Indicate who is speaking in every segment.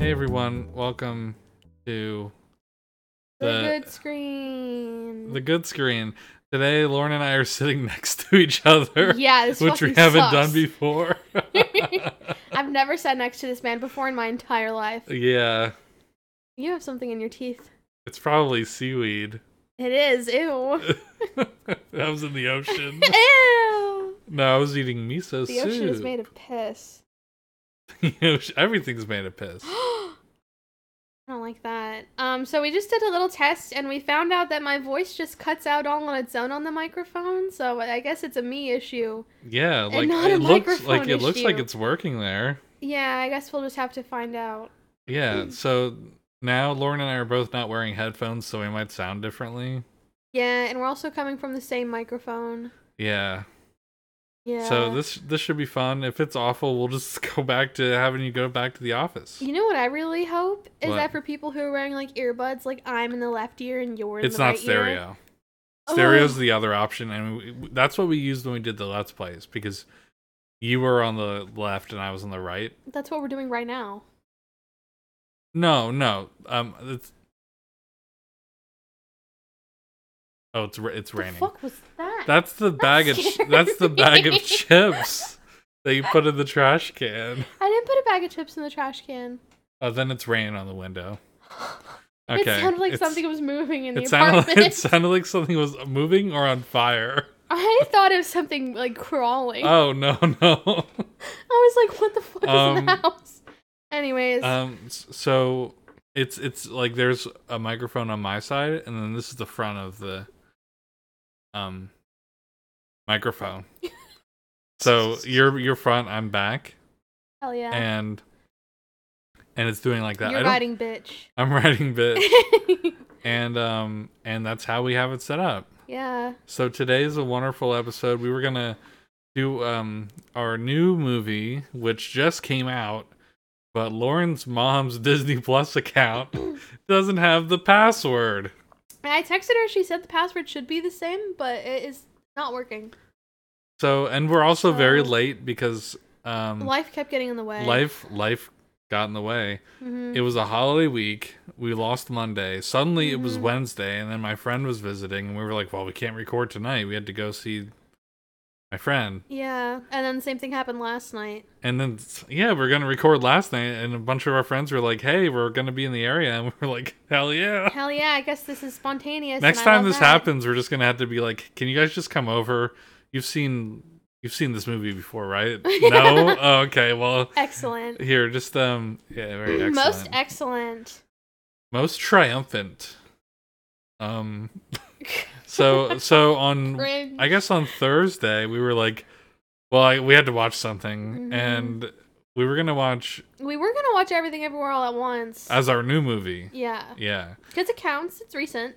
Speaker 1: everyone. Welcome to
Speaker 2: The,
Speaker 1: The-
Speaker 2: good screen.
Speaker 1: the good screen. Today, Lauren and I are sitting next to each other,
Speaker 2: yeah, this
Speaker 1: which we
Speaker 2: fucking
Speaker 1: haven't
Speaker 2: sucks.
Speaker 1: done before.
Speaker 2: I've never sat next to this man before in my entire life.
Speaker 1: yeah,
Speaker 2: You have something in your teeth.
Speaker 1: it's probably seaweed.
Speaker 2: It is. Ew.
Speaker 1: that was in the ocean.
Speaker 2: Ew.
Speaker 1: No, I was eating miso
Speaker 2: The
Speaker 1: soup.
Speaker 2: ocean is made of piss.
Speaker 1: The ocean- Everything's made of piss.
Speaker 2: I don't like that. Um, so we just did a little test and we found out that my voice just cuts out all on its own on the microphone. So I guess it's a me issue.
Speaker 1: Yeah,
Speaker 2: And
Speaker 1: like
Speaker 2: not a
Speaker 1: it looks
Speaker 2: microphone
Speaker 1: like it looks like
Speaker 2: issue.
Speaker 1: it's working there.
Speaker 2: Yeah, I guess we'll just have to find out. Mm.
Speaker 1: Yeah, so now Lauren and I are both not wearing headphones, so we might sound differently.
Speaker 2: Yeah, and we're also coming from the same microphone.
Speaker 1: Yeah.
Speaker 2: Yeah.
Speaker 1: So this this should be fun. If it's awful, we'll just go back to having you go back to the office.
Speaker 2: You know what I really hope is
Speaker 1: What?
Speaker 2: that for people who are wearing like earbuds, like I'm in the left ear and you're in
Speaker 1: it's
Speaker 2: the
Speaker 1: not
Speaker 2: right Ear.
Speaker 1: stereo.
Speaker 2: Oh.
Speaker 1: Stereo's the other option, and we, we- that's what we used when we did the let's plays because you were on the left and I was on the right.
Speaker 2: That's what we're doing right now.
Speaker 1: No, no. Um, it's oh, it's ra- it's
Speaker 2: The
Speaker 1: raining.
Speaker 2: fuck was that?
Speaker 1: That's the bag of
Speaker 2: scared
Speaker 1: that's the bag of
Speaker 2: me.
Speaker 1: chips that you put in the trash can.
Speaker 2: I didn't put a bag of chips in the trash can.
Speaker 1: Oh, then it's raining on the window. Okay.
Speaker 2: It sounded like
Speaker 1: it's-
Speaker 2: something was moving in the
Speaker 1: It sounded,
Speaker 2: apartment.
Speaker 1: like, it sounded like something was moving or on fire.
Speaker 2: I thought it was something like crawling.
Speaker 1: Oh no no.
Speaker 2: I was like, what the fuck is in the
Speaker 1: Um,
Speaker 2: house? Anyways,
Speaker 1: Um, s- so it's it's like there's a microphone on my side, and then this is the front of the um microphone. so you're you're front, I'm back,
Speaker 2: hell yeah.
Speaker 1: and and it's doing like that. I
Speaker 2: You're
Speaker 1: don't-
Speaker 2: riding bitch.
Speaker 1: I'm riding bit, and um and that's how we have it set up.
Speaker 2: yeah.
Speaker 1: So today is a wonderful episode. We were gonna do um our new movie, which just came out, but Lauren's mom's Disney Plus account doesn't have the password.
Speaker 2: And I texted her, she said the password should be the same, but it is not working.
Speaker 1: So and we're also very
Speaker 2: So-
Speaker 1: late because um
Speaker 2: Oh. Life kept getting in the way.
Speaker 1: life life got in the way.
Speaker 2: Mhm.
Speaker 1: It was a holiday week. We lost Monday. Suddenly it was
Speaker 2: Mhm.
Speaker 1: Wednesday, and then my friend was visiting, and we were like, "Well, we can't record tonight. We had to go see my friend."
Speaker 2: Yeah, and then the same thing happened last night.
Speaker 1: And then s- yeah, we are gonna record last night, and a bunch of our friends were like, "Hey, we're gonna be in the area," and we were like, "Hell yeah!"
Speaker 2: Hell yeah, I guess this is spontaneous.
Speaker 1: Next
Speaker 2: and I
Speaker 1: time
Speaker 2: love
Speaker 1: this
Speaker 2: that.
Speaker 1: happens, we're just gonna have to be like, "Can you guys just come over? You've seen you've seen this movie before, right? no? Oh, okay. Well,
Speaker 2: Excellent.
Speaker 1: here, just um, yeah, very excellent.
Speaker 2: Most e-
Speaker 1: Most,
Speaker 2: excellent.
Speaker 1: most triumphant. Um, so so on
Speaker 2: Cringe.
Speaker 1: I guess on Thursday we were like, well, I, we had to watch something,
Speaker 2: Mhm.
Speaker 1: and we were gonna watch
Speaker 2: we were gonna watch everything everywhere all at once.
Speaker 1: as our new movie.
Speaker 2: yeah,
Speaker 1: Yeah.
Speaker 2: because it counts. It's recent,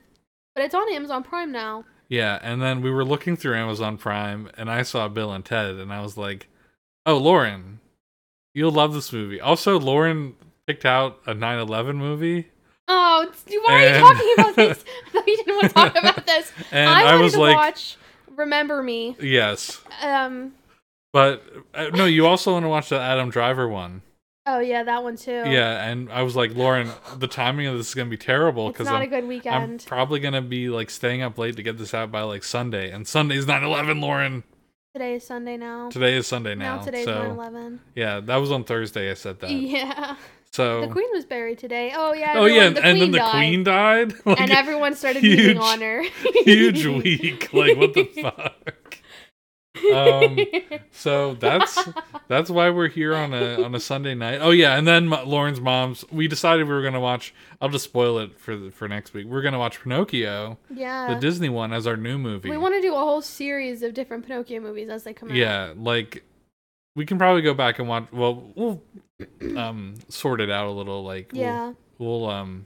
Speaker 2: but it's on Amazon Prime now.
Speaker 1: Yeah. And then we were looking through Amazon Prime and I saw Bill and Ted and I was like, oh, Lauren, you'll love this movie. Also, Lauren picked out a 9 11 movie.
Speaker 2: Oh, it's- why are you
Speaker 1: And-
Speaker 2: talking about this? I thought you didn't want to talk about this.
Speaker 1: And
Speaker 2: I
Speaker 1: I,
Speaker 2: wanted
Speaker 1: was
Speaker 2: to
Speaker 1: like,
Speaker 2: watch Remember Me.
Speaker 1: yes.
Speaker 2: Um.
Speaker 1: But uh, no, you also want to watch the Adam Driver one.
Speaker 2: Oh yeah, that one too.
Speaker 1: Yeah. And I was like, Lauren, the timing of this is going to be terrible
Speaker 2: It's
Speaker 1: because
Speaker 2: not a
Speaker 1: I'm,
Speaker 2: good
Speaker 1: I'm
Speaker 2: weekend.
Speaker 1: probably going to be like staying up late to get this out by like Sunday. And Sunday's 9 11, Lauren.
Speaker 2: Today is Sunday now.
Speaker 1: Today is Sunday now.
Speaker 2: now today's
Speaker 1: so,
Speaker 2: 9/11.
Speaker 1: yeah, that was on Thursday I said that.
Speaker 2: Yeah.
Speaker 1: So
Speaker 2: The queen was buried today. Oh yeah.
Speaker 1: Oh yeah,
Speaker 2: everyone-
Speaker 1: and, and then the
Speaker 2: died.
Speaker 1: queen died. Like,
Speaker 2: and everyone started
Speaker 1: huge-
Speaker 2: huge, on her.
Speaker 1: huge week. Like what the fuck? Um, so that's that's why we're here on a on a Sunday night. Oh yeah, and then my, Lauren's mom's. We decided we were gonna watch. I'll just spoil it for the, for next week. We're gonna watch Pinocchio, the
Speaker 2: yeah.
Speaker 1: Disney one, as our new movie.
Speaker 2: Uh-huh. We want to do a whole series of different Pinocchio movies as they come out.
Speaker 1: yeah, like we can probably go back and watch. Well, we'll um sort it out a little. Like we'll-
Speaker 2: Yeah.
Speaker 1: we'll, um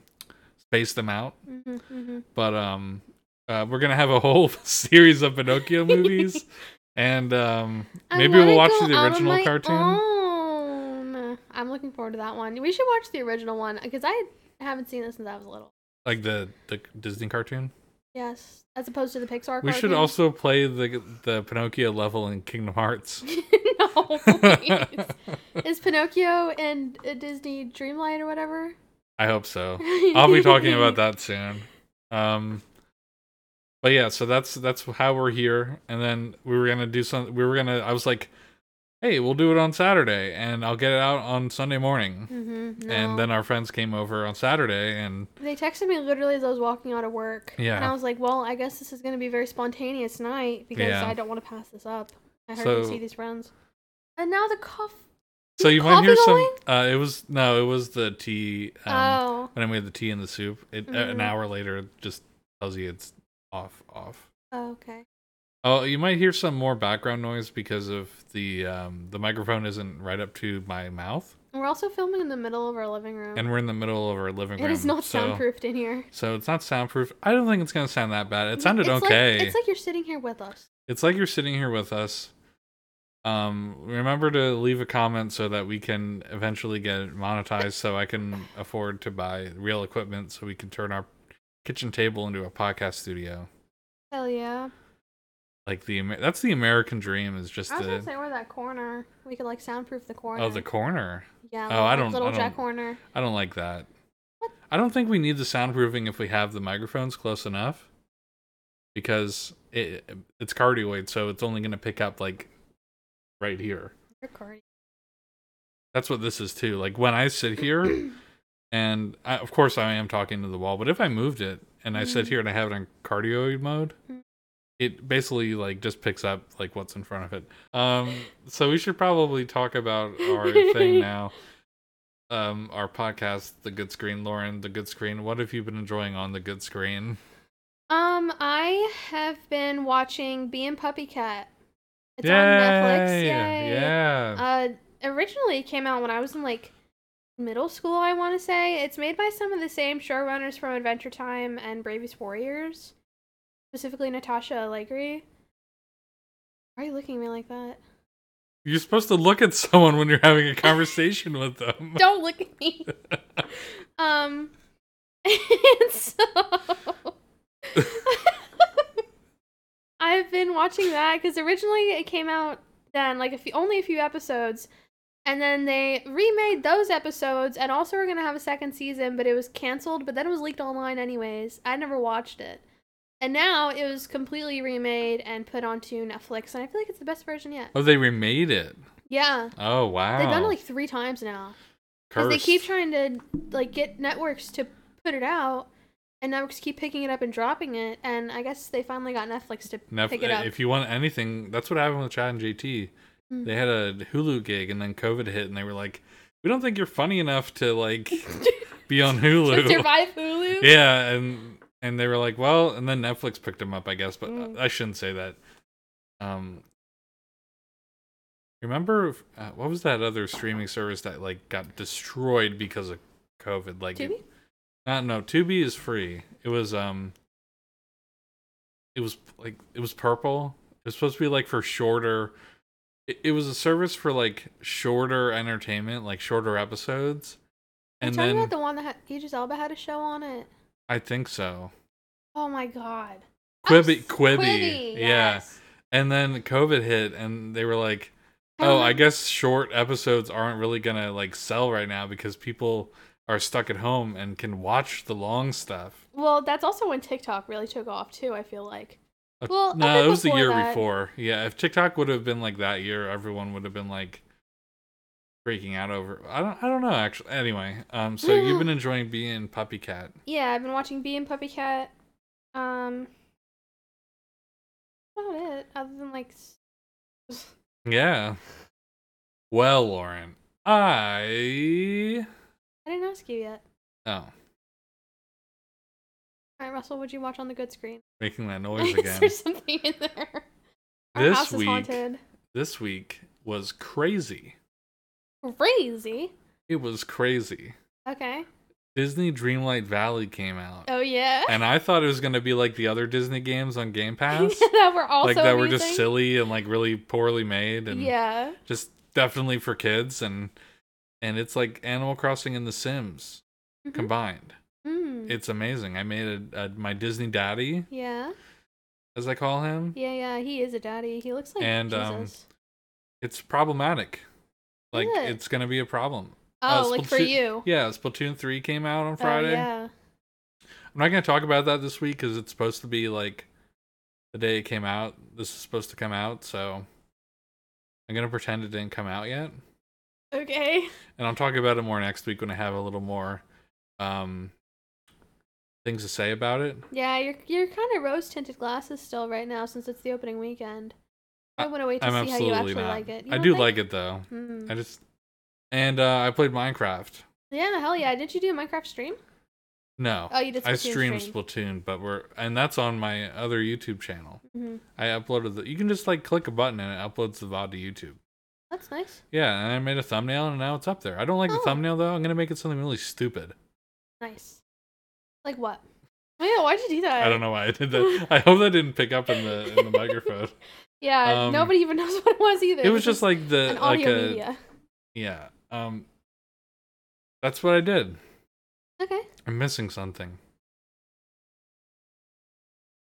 Speaker 1: space them out.
Speaker 2: Mhm, mhm.
Speaker 1: but um uh, we're gonna have a whole series of pinocchio movies and um
Speaker 2: I
Speaker 1: maybe we'll
Speaker 2: wanna
Speaker 1: watch
Speaker 2: go
Speaker 1: the
Speaker 2: out on
Speaker 1: original
Speaker 2: my
Speaker 1: cartoon
Speaker 2: own. I'm looking forward to that one. We should watch the original one because I haven't seen it since I was little.
Speaker 1: like the the disney cartoon
Speaker 2: Yes, as opposed to the Pixar.
Speaker 1: we should
Speaker 2: cartoon.
Speaker 1: also play the the pinocchio level in kingdom hearts
Speaker 2: no, No. please. Is Pinocchio and a Disney Dreamlight or whatever?
Speaker 1: I hope so. I'll be talking about that soon. Um, but yeah, so that's that's how we're here. And then we were gonna do some. We were gonna. I was like, hey, we'll do it on Saturday, and I'll get it out on Sunday morning.
Speaker 2: Mm-hmm,
Speaker 1: And then our friends came over on Saturday, and
Speaker 2: they texted me literally as I was walking out of work. And
Speaker 1: Yeah.
Speaker 2: I was like, well, I guess this is going to be very spontaneous night because
Speaker 1: Yeah.
Speaker 2: I don't want to pass this up. I heard you
Speaker 1: So-
Speaker 2: see these friends. And now the cough.
Speaker 1: so you might
Speaker 2: coffee
Speaker 1: hear some.
Speaker 2: going?
Speaker 1: Uh, it was no, it was the tea. Um,
Speaker 2: oh.
Speaker 1: When I made the tea and the soup, it, uh, an
Speaker 2: Mhm.
Speaker 1: hour later it just tells you it's off, off.
Speaker 2: oh. Okay.
Speaker 1: Oh, you might hear some more background noise because of the um, the microphone isn't right up to my mouth,
Speaker 2: We're also filming in the middle of our living room.
Speaker 1: and we're in the middle of our living room.
Speaker 2: Oh. it is not
Speaker 1: so,
Speaker 2: soundproofed in here.
Speaker 1: So it's not soundproof. I don't think it's gonna sound that bad. It
Speaker 2: It's
Speaker 1: sounded
Speaker 2: like-
Speaker 1: okay.
Speaker 2: it's like you're sitting here with us.
Speaker 1: it's like you're sitting here with us. Um, remember to leave a comment so that we can eventually get it monetized, so I can afford to buy real equipment, so we can turn our kitchen table into a podcast studio.
Speaker 2: Hell yeah.
Speaker 1: Like the Amer- that's the American dream is just
Speaker 2: I was going to
Speaker 1: the
Speaker 2: say, we're that corner. We could, like, soundproof the corner.
Speaker 1: oh the corner.
Speaker 2: Yeah.
Speaker 1: oh,
Speaker 2: little-
Speaker 1: I don't-
Speaker 2: Little
Speaker 1: I don't-
Speaker 2: Jack corner.
Speaker 1: I don't like that. I don't think we need the soundproofing if we have the microphones close enough, because it it's cardioid, so it's only gonna pick up like right here.
Speaker 2: Recording.
Speaker 1: That's what this is too. Like when I sit here, and I, of course I am talking to the wall, but if I moved it and I sit
Speaker 2: Mhm.
Speaker 1: here and I have it on cardioid mode,
Speaker 2: Mhm.
Speaker 1: it basically like just picks up like what's in front of it. Um, so we should probably talk about our thing now. Um, our podcast, the good screen, Lauren, the good screen. What have you been enjoying on the good screen?
Speaker 2: Um, I have been watching Bee and Puppy Cat. It's
Speaker 1: Yay!
Speaker 2: on Netflix. Yay.
Speaker 1: Yeah,
Speaker 2: Uh, originally it came out when I was in like middle school. I want to say it's made by some of the same showrunners from Adventure Time and Bravest Warriors, specifically Natasha Allegri. Why are you looking at me like that?
Speaker 1: you're supposed to look at someone when you're having a conversation with them.
Speaker 2: Don't look at me. um, and so I've been watching that because originally it came out then, like a few, only a few episodes, and then they remade those episodes, and also we're gonna have a second season, but it was canceled. But then it was leaked online anyways. I never watched it. And now it was completely remade and put onto Netflix, and I feel like it's the best version yet.
Speaker 1: Oh, they remade it.
Speaker 2: Yeah,
Speaker 1: Oh wow!
Speaker 2: they've done it like three times now. Because they keep trying to like get networks to put it out, and networks keep picking it up and dropping it, and I guess they finally got Netflix to
Speaker 1: Nef-
Speaker 2: pick it up.
Speaker 1: If you want anything, that's what happened with Chad and JT.
Speaker 2: Mm.
Speaker 1: They had a Hulu gig and then COVID hit, and they were like, "We don't think you're funny enough to like be on
Speaker 2: to
Speaker 1: Hulu."
Speaker 2: survive Hulu.
Speaker 1: yeah, and and they were like, "Well," and then Netflix picked them up, I guess. But uh,
Speaker 2: Mm.
Speaker 1: I shouldn't say that. Um, remember uh, what was that other streaming service that like got destroyed because of COVID? Like it-
Speaker 2: Tubi?
Speaker 1: uh, no, Tubi is free. It was um, it was like it was purple. It was supposed to be like for shorter. It, it was a service for like shorter entertainment, like shorter episodes.
Speaker 2: Are you
Speaker 1: And
Speaker 2: talking
Speaker 1: then
Speaker 2: about the one that had, Idris Elba had a show on it?
Speaker 1: I think so.
Speaker 2: Oh my god. I'm
Speaker 1: Quibi,
Speaker 2: s-
Speaker 1: Quibi,
Speaker 2: Quibi,
Speaker 1: yeah.
Speaker 2: Oh, yes.
Speaker 1: And then COVID hit, and they were like, "Oh, I
Speaker 2: remember-
Speaker 1: guess short episodes aren't really gonna like sell right now because people are stuck at home and can watch the long stuff."
Speaker 2: Well, that's also when TikTok really took off too. I feel like.
Speaker 1: Uh,
Speaker 2: Well, a
Speaker 1: no,
Speaker 2: bit
Speaker 1: it was the
Speaker 2: before
Speaker 1: year
Speaker 2: that.
Speaker 1: before. Yeah, if TikTok would have been like that year, everyone would have been like freaking out over. I don't. I don't know actually. Anyway, um, so
Speaker 2: Mm-hmm.
Speaker 1: you've been enjoying being Puppy Cat.
Speaker 2: Yeah, I've been watching Bee and Puppy Cat. Um. About it, other than like. s-
Speaker 1: Yeah. Well, Lauren, I
Speaker 2: I didn't ask you yet.
Speaker 1: oh
Speaker 2: All right, Russell, what'd you watch on the good screen?
Speaker 1: making that noise
Speaker 2: Is
Speaker 1: again.
Speaker 2: there something in there? Our
Speaker 1: This
Speaker 2: house is
Speaker 1: week-
Speaker 2: haunted.
Speaker 1: this week was crazy.
Speaker 2: Crazy.
Speaker 1: It was crazy.
Speaker 2: Okay.
Speaker 1: Disney Dreamlight Valley came out.
Speaker 2: Oh yeah.
Speaker 1: And I thought it was gonna be like the other Disney games on Game Pass.
Speaker 2: that were also
Speaker 1: like that were just
Speaker 2: amazing.
Speaker 1: silly and like really poorly made and
Speaker 2: Yeah.
Speaker 1: just definitely for kids and and it's like Animal Crossing and The Sims
Speaker 2: Mhm.
Speaker 1: combined.
Speaker 2: Mm.
Speaker 1: It's amazing. I made a, a my Disney daddy,
Speaker 2: yeah.
Speaker 1: as I call him.
Speaker 2: Yeah, yeah. He is a daddy. He looks like
Speaker 1: And, um,
Speaker 2: Jesus.
Speaker 1: it's problematic. Like
Speaker 2: Is it?
Speaker 1: it's gonna be a problem.
Speaker 2: Oh,
Speaker 1: Uh,
Speaker 2: like for
Speaker 1: Splatoon-
Speaker 2: you.
Speaker 1: Yeah, Splatoon three came out on
Speaker 2: Oh,
Speaker 1: Friday.
Speaker 2: yeah.
Speaker 1: I'm not gonna talk about that this week because it's supposed to be like the day it came out. This is supposed to come out, so I'm gonna pretend it didn't come out yet,
Speaker 2: Okay.
Speaker 1: and I'll talk about it more next week when I have a little more um things to say about it.
Speaker 2: Yeah, you're you're kind of rose tinted glasses still right now since it's the opening weekend. I want to wait to
Speaker 1: I'm
Speaker 2: see how you
Speaker 1: absolutely
Speaker 2: actually
Speaker 1: not.
Speaker 2: like it. You
Speaker 1: I
Speaker 2: don't
Speaker 1: do
Speaker 2: think-
Speaker 1: like it though.
Speaker 2: Hmm.
Speaker 1: I just and uh, I played Minecraft.
Speaker 2: Yeah, hell yeah! Didn't you do a Minecraft stream?
Speaker 1: No,
Speaker 2: Oh, you did. Splatoon
Speaker 1: I streamed
Speaker 2: stream.
Speaker 1: Splatoon, but we're and that's on my other YouTube channel.
Speaker 2: Mhm.
Speaker 1: I uploaded the. You can just like click a button and it uploads the VOD to YouTube.
Speaker 2: That's nice.
Speaker 1: Yeah, and I made a thumbnail and now it's up there. I don't like the
Speaker 2: Oh.
Speaker 1: thumbnail though. I'm gonna make it something really stupid.
Speaker 2: Nice. Like what? Oh, yeah, why'd you do that?
Speaker 1: I don't know why I did that. I hope that didn't pick up in the in the microphone.
Speaker 2: Yeah,
Speaker 1: Um,
Speaker 2: nobody even knows what it was either.
Speaker 1: It was just like the
Speaker 2: an
Speaker 1: like
Speaker 2: audio
Speaker 1: a
Speaker 2: media.
Speaker 1: yeah. Um, that's what I did.
Speaker 2: Okay.
Speaker 1: I'm missing something.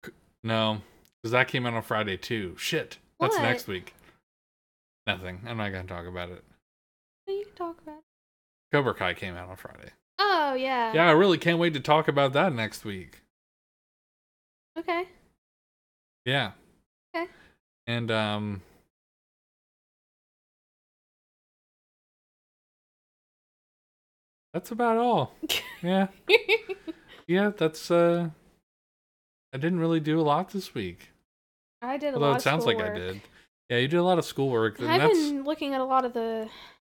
Speaker 1: C- No, because that came out on Friday too. Shit, that's
Speaker 2: What?
Speaker 1: next week. Nothing. I'm not gonna talk about it.
Speaker 2: Well, you can talk about. It.
Speaker 1: Cobra Kai came out on Friday.
Speaker 2: Oh yeah.
Speaker 1: Yeah, I really can't wait to talk about that next week.
Speaker 2: Okay.
Speaker 1: Yeah.
Speaker 2: Okay.
Speaker 1: And um. That's about all. Yeah. Yeah, that's uh I didn't really do a lot this week.
Speaker 2: I did a
Speaker 1: Although
Speaker 2: lot.
Speaker 1: it
Speaker 2: of
Speaker 1: sounds like I
Speaker 2: schoolwork.
Speaker 1: did. Yeah, you did a lot of schoolwork. And
Speaker 2: I've
Speaker 1: that's
Speaker 2: been looking at a lot of the.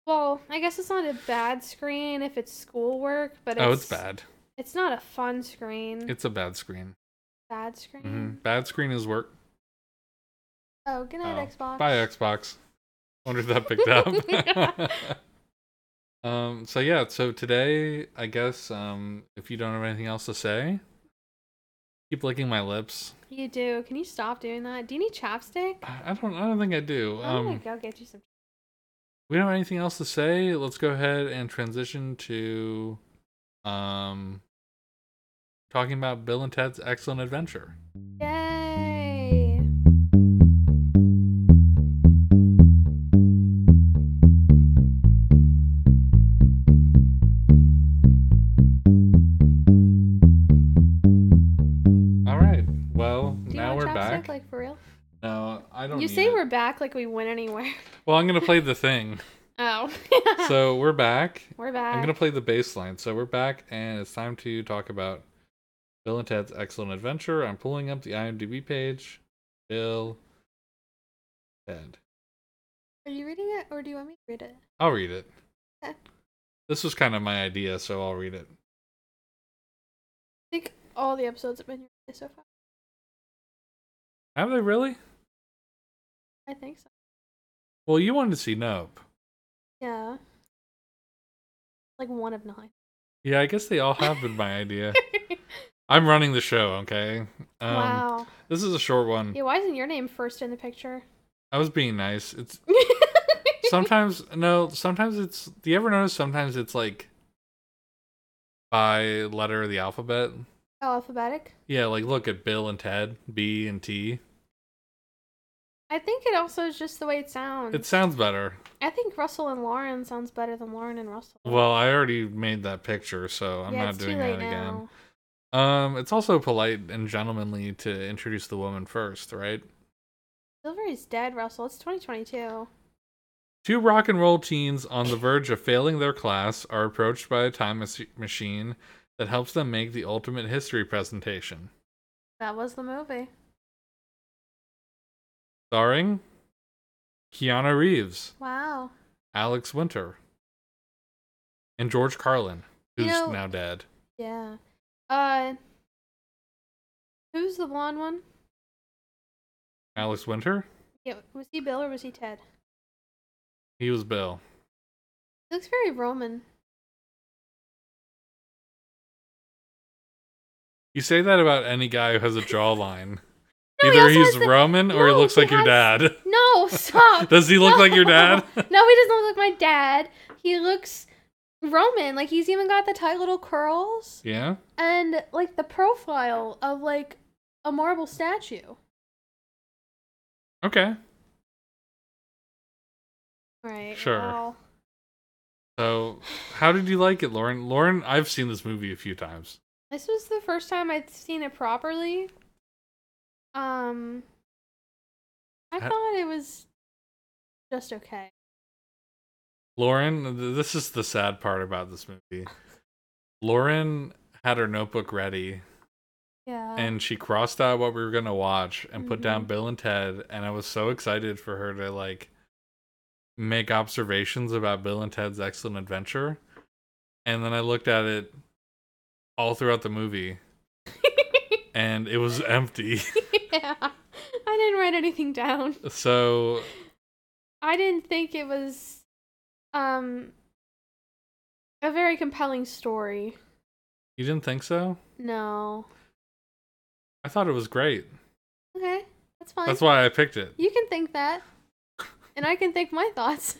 Speaker 2: Well, I guess it's not a bad screen if it's schoolwork, but it's,
Speaker 1: oh, it's bad.
Speaker 2: It's not a fun screen.
Speaker 1: It's a bad screen.
Speaker 2: bad screen.
Speaker 1: hmm Bad screen is work.
Speaker 2: Oh, good night,
Speaker 1: Oh,
Speaker 2: Xbox.
Speaker 1: Bye, Xbox. Wonder if that picked up. um. So yeah. So today, I guess, um, if you don't have anything else to say, keep licking my lips.
Speaker 2: You do. Can you stop doing that? Do you need chapstick?
Speaker 1: I I don't. I don't think I do.
Speaker 2: I'm gonna
Speaker 1: Um.
Speaker 2: go get you some.
Speaker 1: We don't have anything else to say. Let's go ahead and transition to, um, talking about Bill and Ted's Excellent Adventure.
Speaker 2: Yay!
Speaker 1: All right. Well,
Speaker 2: Do you
Speaker 1: now
Speaker 2: want
Speaker 1: we're
Speaker 2: chapstick,
Speaker 1: back.
Speaker 2: like for real?
Speaker 1: no, I don't.
Speaker 2: You
Speaker 1: need
Speaker 2: say
Speaker 1: it.
Speaker 2: we're back, like we went anywhere.
Speaker 1: Well, I'm gonna play the thing.
Speaker 2: Oh.
Speaker 1: so we're back.
Speaker 2: we're back.
Speaker 1: I'm gonna play the bass line. So we're back, and it's time to talk about Bill and Ted's Excellent Adventure. I'm pulling up the IMDb page. Bill, Ted.
Speaker 2: Are you reading it, or do you want me to read it?
Speaker 1: I'll read it.
Speaker 2: Okay.
Speaker 1: This was kind of my idea, so I'll read it.
Speaker 2: I think all the episodes have been read so far.
Speaker 1: Have they really?
Speaker 2: I think so.
Speaker 1: Well, you wanted to see Nope.
Speaker 2: Yeah. Like one of nine.
Speaker 1: Yeah, I guess they all have been my idea. I'm running the show, okay? Um, hmm.
Speaker 2: wow.
Speaker 1: This is a short one.
Speaker 2: Yeah, why isn't your name first in the picture?
Speaker 1: I was being nice. It's sometimes no sometimes it's do you ever notice sometimes it's like by letter of the alphabet
Speaker 2: oh, alphabetic.
Speaker 1: yeah like look at bill and ted b and t
Speaker 2: I think it also is just the way it sounds.
Speaker 1: it sounds better
Speaker 2: I think Russell and Lauren sounds better than Lauren and Russell.
Speaker 1: well i already made that picture so i'm
Speaker 2: yeah,
Speaker 1: not
Speaker 2: it's
Speaker 1: doing
Speaker 2: too late
Speaker 1: that
Speaker 2: now.
Speaker 1: again um it's also polite and gentlemanly to introduce the woman first right
Speaker 2: Silvery's dead, Russell. It's 2022.
Speaker 1: Two rock and roll teens on the verge of failing their class are approached by a time mas- machine that helps them make the ultimate history presentation.
Speaker 2: That was the movie.
Speaker 1: Starring Keanu Reeves,
Speaker 2: Wow.
Speaker 1: Alex Winter, and George Carlin,
Speaker 2: You
Speaker 1: who's
Speaker 2: know-
Speaker 1: now dead.
Speaker 2: Yeah. Uh, who's the blonde one?
Speaker 1: Alex Winter,
Speaker 2: Yeah, was he Bill or was he Ted?
Speaker 1: he was Bill.
Speaker 2: He looks very Roman.
Speaker 1: You say that about any guy who has a jawline.
Speaker 2: No, he
Speaker 1: Either
Speaker 2: also
Speaker 1: he's
Speaker 2: has the-
Speaker 1: Roman or he
Speaker 2: No,
Speaker 1: looks
Speaker 2: he
Speaker 1: like your
Speaker 2: has-
Speaker 1: dad.
Speaker 2: No, stop.
Speaker 1: Does he look like your dad?
Speaker 2: no, he doesn't look like my dad. He looks Roman. Like he's even got the tight little curls
Speaker 1: yeah.
Speaker 2: and like the profile of like a marble statue.
Speaker 1: Okay.
Speaker 2: Right.
Speaker 1: Sure.
Speaker 2: well,
Speaker 1: So, how did you like it, Lauren? Lauren, I've seen this movie a few times.
Speaker 2: this was the first time I'd seen it properly. Um, I
Speaker 1: Ha-
Speaker 2: thought it was just okay.
Speaker 1: Lauren, th- this is the sad part about this movie. Lauren had her notebook ready
Speaker 2: Yeah.
Speaker 1: and she crossed out what we were going to watch and put
Speaker 2: Mhm.
Speaker 1: down Bill and Ted. And I was so excited for her to like make observations about Bill and Ted's excellent adventure. And then I looked at it all throughout the movie and it was empty.
Speaker 2: yeah. I didn't write anything down.
Speaker 1: so,
Speaker 2: I didn't think it was um a very compelling story.
Speaker 1: you didn't think so?
Speaker 2: No.
Speaker 1: I thought it was great.
Speaker 2: Okay. That's fine.
Speaker 1: That's why I picked it.
Speaker 2: you can think that. And I can think my thoughts.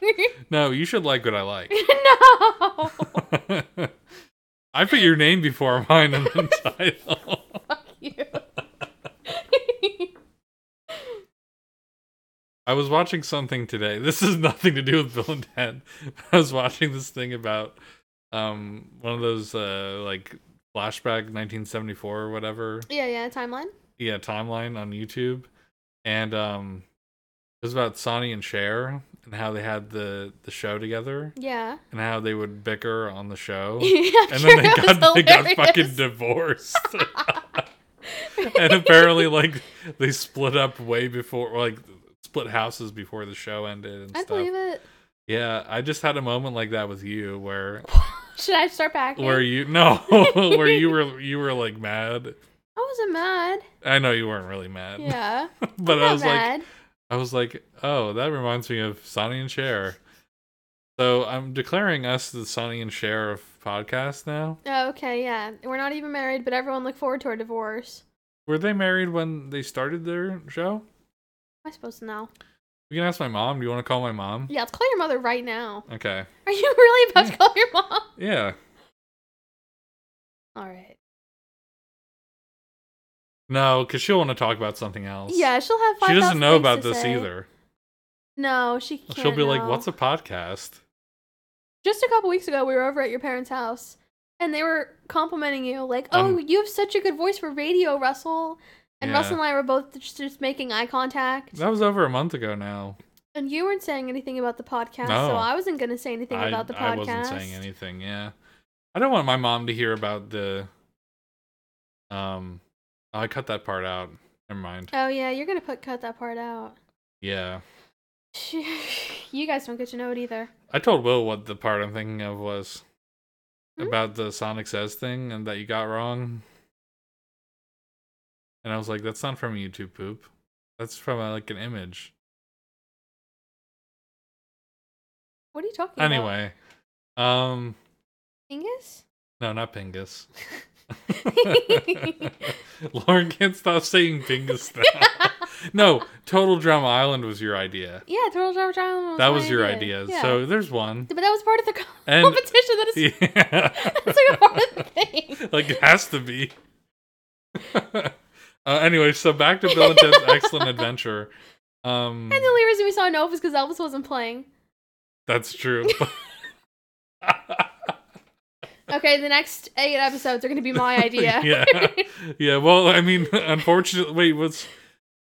Speaker 1: No, you should like what I like.
Speaker 2: no.
Speaker 1: I put your name before mine in the title.
Speaker 2: Fuck you.
Speaker 1: I was watching something today. This is nothing to do with Bill and Ted. I was watching this thing about um one of those uh like flashback 1974 or whatever.
Speaker 2: yeah, yeah, timeline.
Speaker 1: Yeah, timeline on YouTube, and um it was about Sonny and Cher and how they had the the show together
Speaker 2: Yeah.
Speaker 1: and how they would bicker on the show.
Speaker 2: Yeah, I'm
Speaker 1: and
Speaker 2: sure
Speaker 1: then they
Speaker 2: it was
Speaker 1: got, they got fucking
Speaker 2: hilarious.
Speaker 1: divorced. and apparently, like they split up way before, like split houses before the show ended and
Speaker 2: I
Speaker 1: stuff.
Speaker 2: believe it.
Speaker 1: Yeah, I just had a moment like that with you where
Speaker 2: Should I start back?
Speaker 1: where you no where you were you were like mad.
Speaker 2: I wasn't mad.
Speaker 1: I know you weren't really mad,
Speaker 2: Yeah.
Speaker 1: but I
Speaker 2: Not
Speaker 1: was like
Speaker 2: mad.
Speaker 1: I was like, oh, that reminds me of Sonny and Cher. So I'm declaring us the Sonny and Cher of podcast now.
Speaker 2: Oh, okay, yeah. We're not even married, but everyone look forward to our divorce.
Speaker 1: Were they married when they started their show?
Speaker 2: Am I supposed to know?
Speaker 1: We can ask my mom. Do you want to call my mom?
Speaker 2: Yeah, let's call your mother right now.
Speaker 1: Okay.
Speaker 2: Are you really about to call your mom?
Speaker 1: Yeah.
Speaker 2: All right.
Speaker 1: No, because she'll want to talk about something else.
Speaker 2: Yeah, she'll have.
Speaker 1: She
Speaker 2: 5,000
Speaker 1: doesn't know
Speaker 2: things
Speaker 1: about
Speaker 2: to
Speaker 1: this
Speaker 2: say.
Speaker 1: either.
Speaker 2: No, she can't.
Speaker 1: she'll be like,
Speaker 2: know.
Speaker 1: what's a podcast?
Speaker 2: Just a couple weeks ago, we were over at your parents' house, and they were complimenting you, like, "Oh,
Speaker 1: Um,
Speaker 2: you have such a good voice for radio, Russell." And
Speaker 1: Yeah.
Speaker 2: Russell and I were both just, just making eye contact,
Speaker 1: That was over a month ago now.
Speaker 2: and you weren't saying anything about the podcast,
Speaker 1: No.
Speaker 2: so I wasn't gonna say anything
Speaker 1: I,
Speaker 2: about the podcast.
Speaker 1: I wasn't saying anything. Yeah. I don't want my mom to hear about the. Um, oh, I cut that part out. Never mind.
Speaker 2: Oh yeah, you're gonna put cut that part out.
Speaker 1: Yeah.
Speaker 2: You guys don't get to know it either.
Speaker 1: I told Will what the part I'm thinking of was
Speaker 2: Hmm?
Speaker 1: about the Sonic Says thing and that you got wrong. And I was like, that's not from YouTube poop. That's from uh, like an image.
Speaker 2: What are you talking about?
Speaker 1: Anyway, um,
Speaker 2: Angus?
Speaker 1: no, not Pingus. Lauren can't stop saying Pingus now. no, Total Drum Island was your idea.
Speaker 2: Yeah, Turtle Driver Island was
Speaker 1: That
Speaker 2: my
Speaker 1: was your idea.
Speaker 2: Yeah.
Speaker 1: So there's one.
Speaker 2: but that was part of the co-
Speaker 1: And-
Speaker 2: competition. That is
Speaker 1: Yeah.
Speaker 2: that's like a part of the thing.
Speaker 1: like it has to be. uh, anyway, so back to Bill and Ted's Excellent Adventure. Um,
Speaker 2: And the only reason we saw Nova is because Elvis wasn't playing.
Speaker 1: that's true.
Speaker 2: Okay, the next eight episodes are going to be my idea.
Speaker 1: yeah, yeah. Well, I mean, unfortunately, wait, was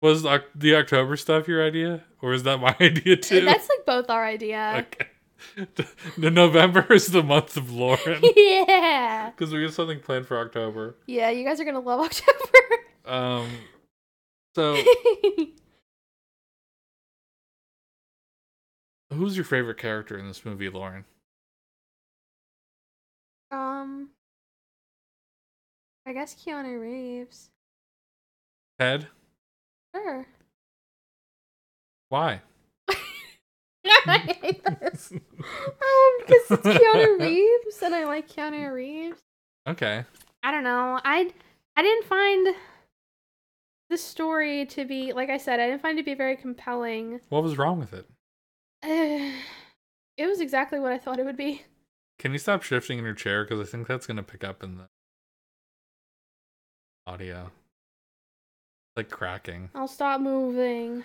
Speaker 1: was Oc- the October stuff your idea, or is that my idea too?
Speaker 2: That's like both our idea.
Speaker 1: okay. The November is the month of Lauren
Speaker 2: Yeah.
Speaker 1: because we have something planned for October.
Speaker 2: Yeah, you guys are going to love October.
Speaker 1: Um, so who's your favorite character in this movie, Lauren?
Speaker 2: um, I guess Keanu Reeves.
Speaker 1: Ted?
Speaker 2: Sure.
Speaker 1: Why?
Speaker 2: I hate this. Um, because it's Keanu Reeves, and I like Keanu Reeves.
Speaker 1: Okay.
Speaker 2: I don't know. I I didn't find the story to be like I said. I didn't find it to be very compelling.
Speaker 1: What was wrong with it?
Speaker 2: it was exactly what I thought it would be.
Speaker 1: Can you stop shifting in your chair? Because I think that's going to pick up in the audio. Like cracking.
Speaker 2: I'll stop moving.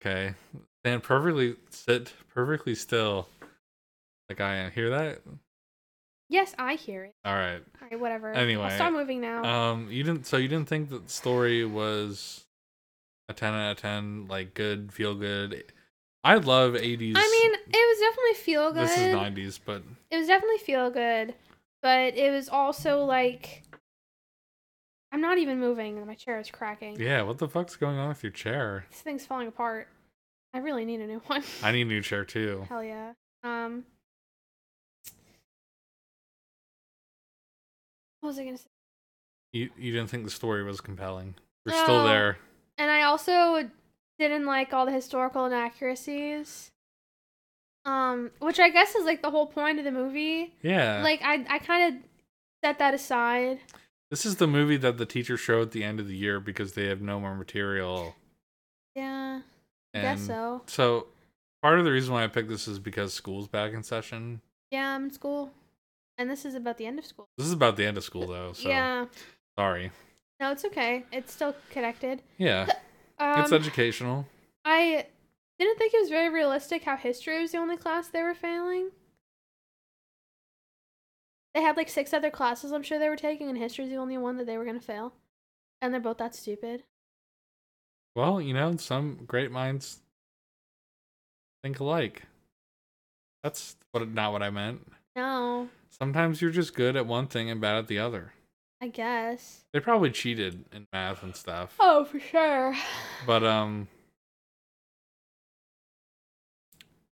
Speaker 1: Okay. Stand perfectly sit perfectly still. Like I am. Hear that?
Speaker 2: Yes, I hear it.
Speaker 1: All right.
Speaker 2: All right, whatever.
Speaker 1: Anyway,
Speaker 2: I'll stop moving now.
Speaker 1: Um you didn't so you didn't think that the story was a 10 out of 10 like good, feel good. I love 80s.
Speaker 2: I mean, it was definitely feel good.
Speaker 1: this is 90s, but
Speaker 2: it was definitely feel good, but it was also like I'm not even moving. My chair is cracking.
Speaker 1: yeah, what the fuck's going on with your chair?
Speaker 2: This thing's falling apart. I really need a new one.
Speaker 1: I need a new chair too.
Speaker 2: Hell yeah. Um. What was I gonna say?
Speaker 1: You you didn't think the story was compelling. We're still
Speaker 2: No.
Speaker 1: there.
Speaker 2: And I also didn't like all the historical inaccuracies. Um, which I guess is like the whole point of the movie.
Speaker 1: Yeah.
Speaker 2: Like I, I kind of set that aside.
Speaker 1: This is the movie that the teacher showed at the end of the year because they have no more material.
Speaker 2: Yeah, I
Speaker 1: And
Speaker 2: guess so.
Speaker 1: so part of the reason why I picked this is because school's back in session.
Speaker 2: Yeah, I'm in school, and this is about the end of school.
Speaker 1: This is about the end of school though, so
Speaker 2: Yeah,
Speaker 1: sorry.
Speaker 2: no, it's okay. It's still connected.
Speaker 1: Yeah.
Speaker 2: Um,
Speaker 1: it's educational.
Speaker 2: I didn't think it was very realistic how history was the only class they were failing. They had like six other classes I'm sure they were taking, and history's the only one that they were going to fail. And they're both that stupid.
Speaker 1: Well, you know, some great minds think alike. That's what not what I meant.
Speaker 2: No,
Speaker 1: Sometimes you're just good at one thing and bad at the other.
Speaker 2: I guess.
Speaker 1: They probably cheated in math and stuff.
Speaker 2: Oh, for sure.
Speaker 1: But um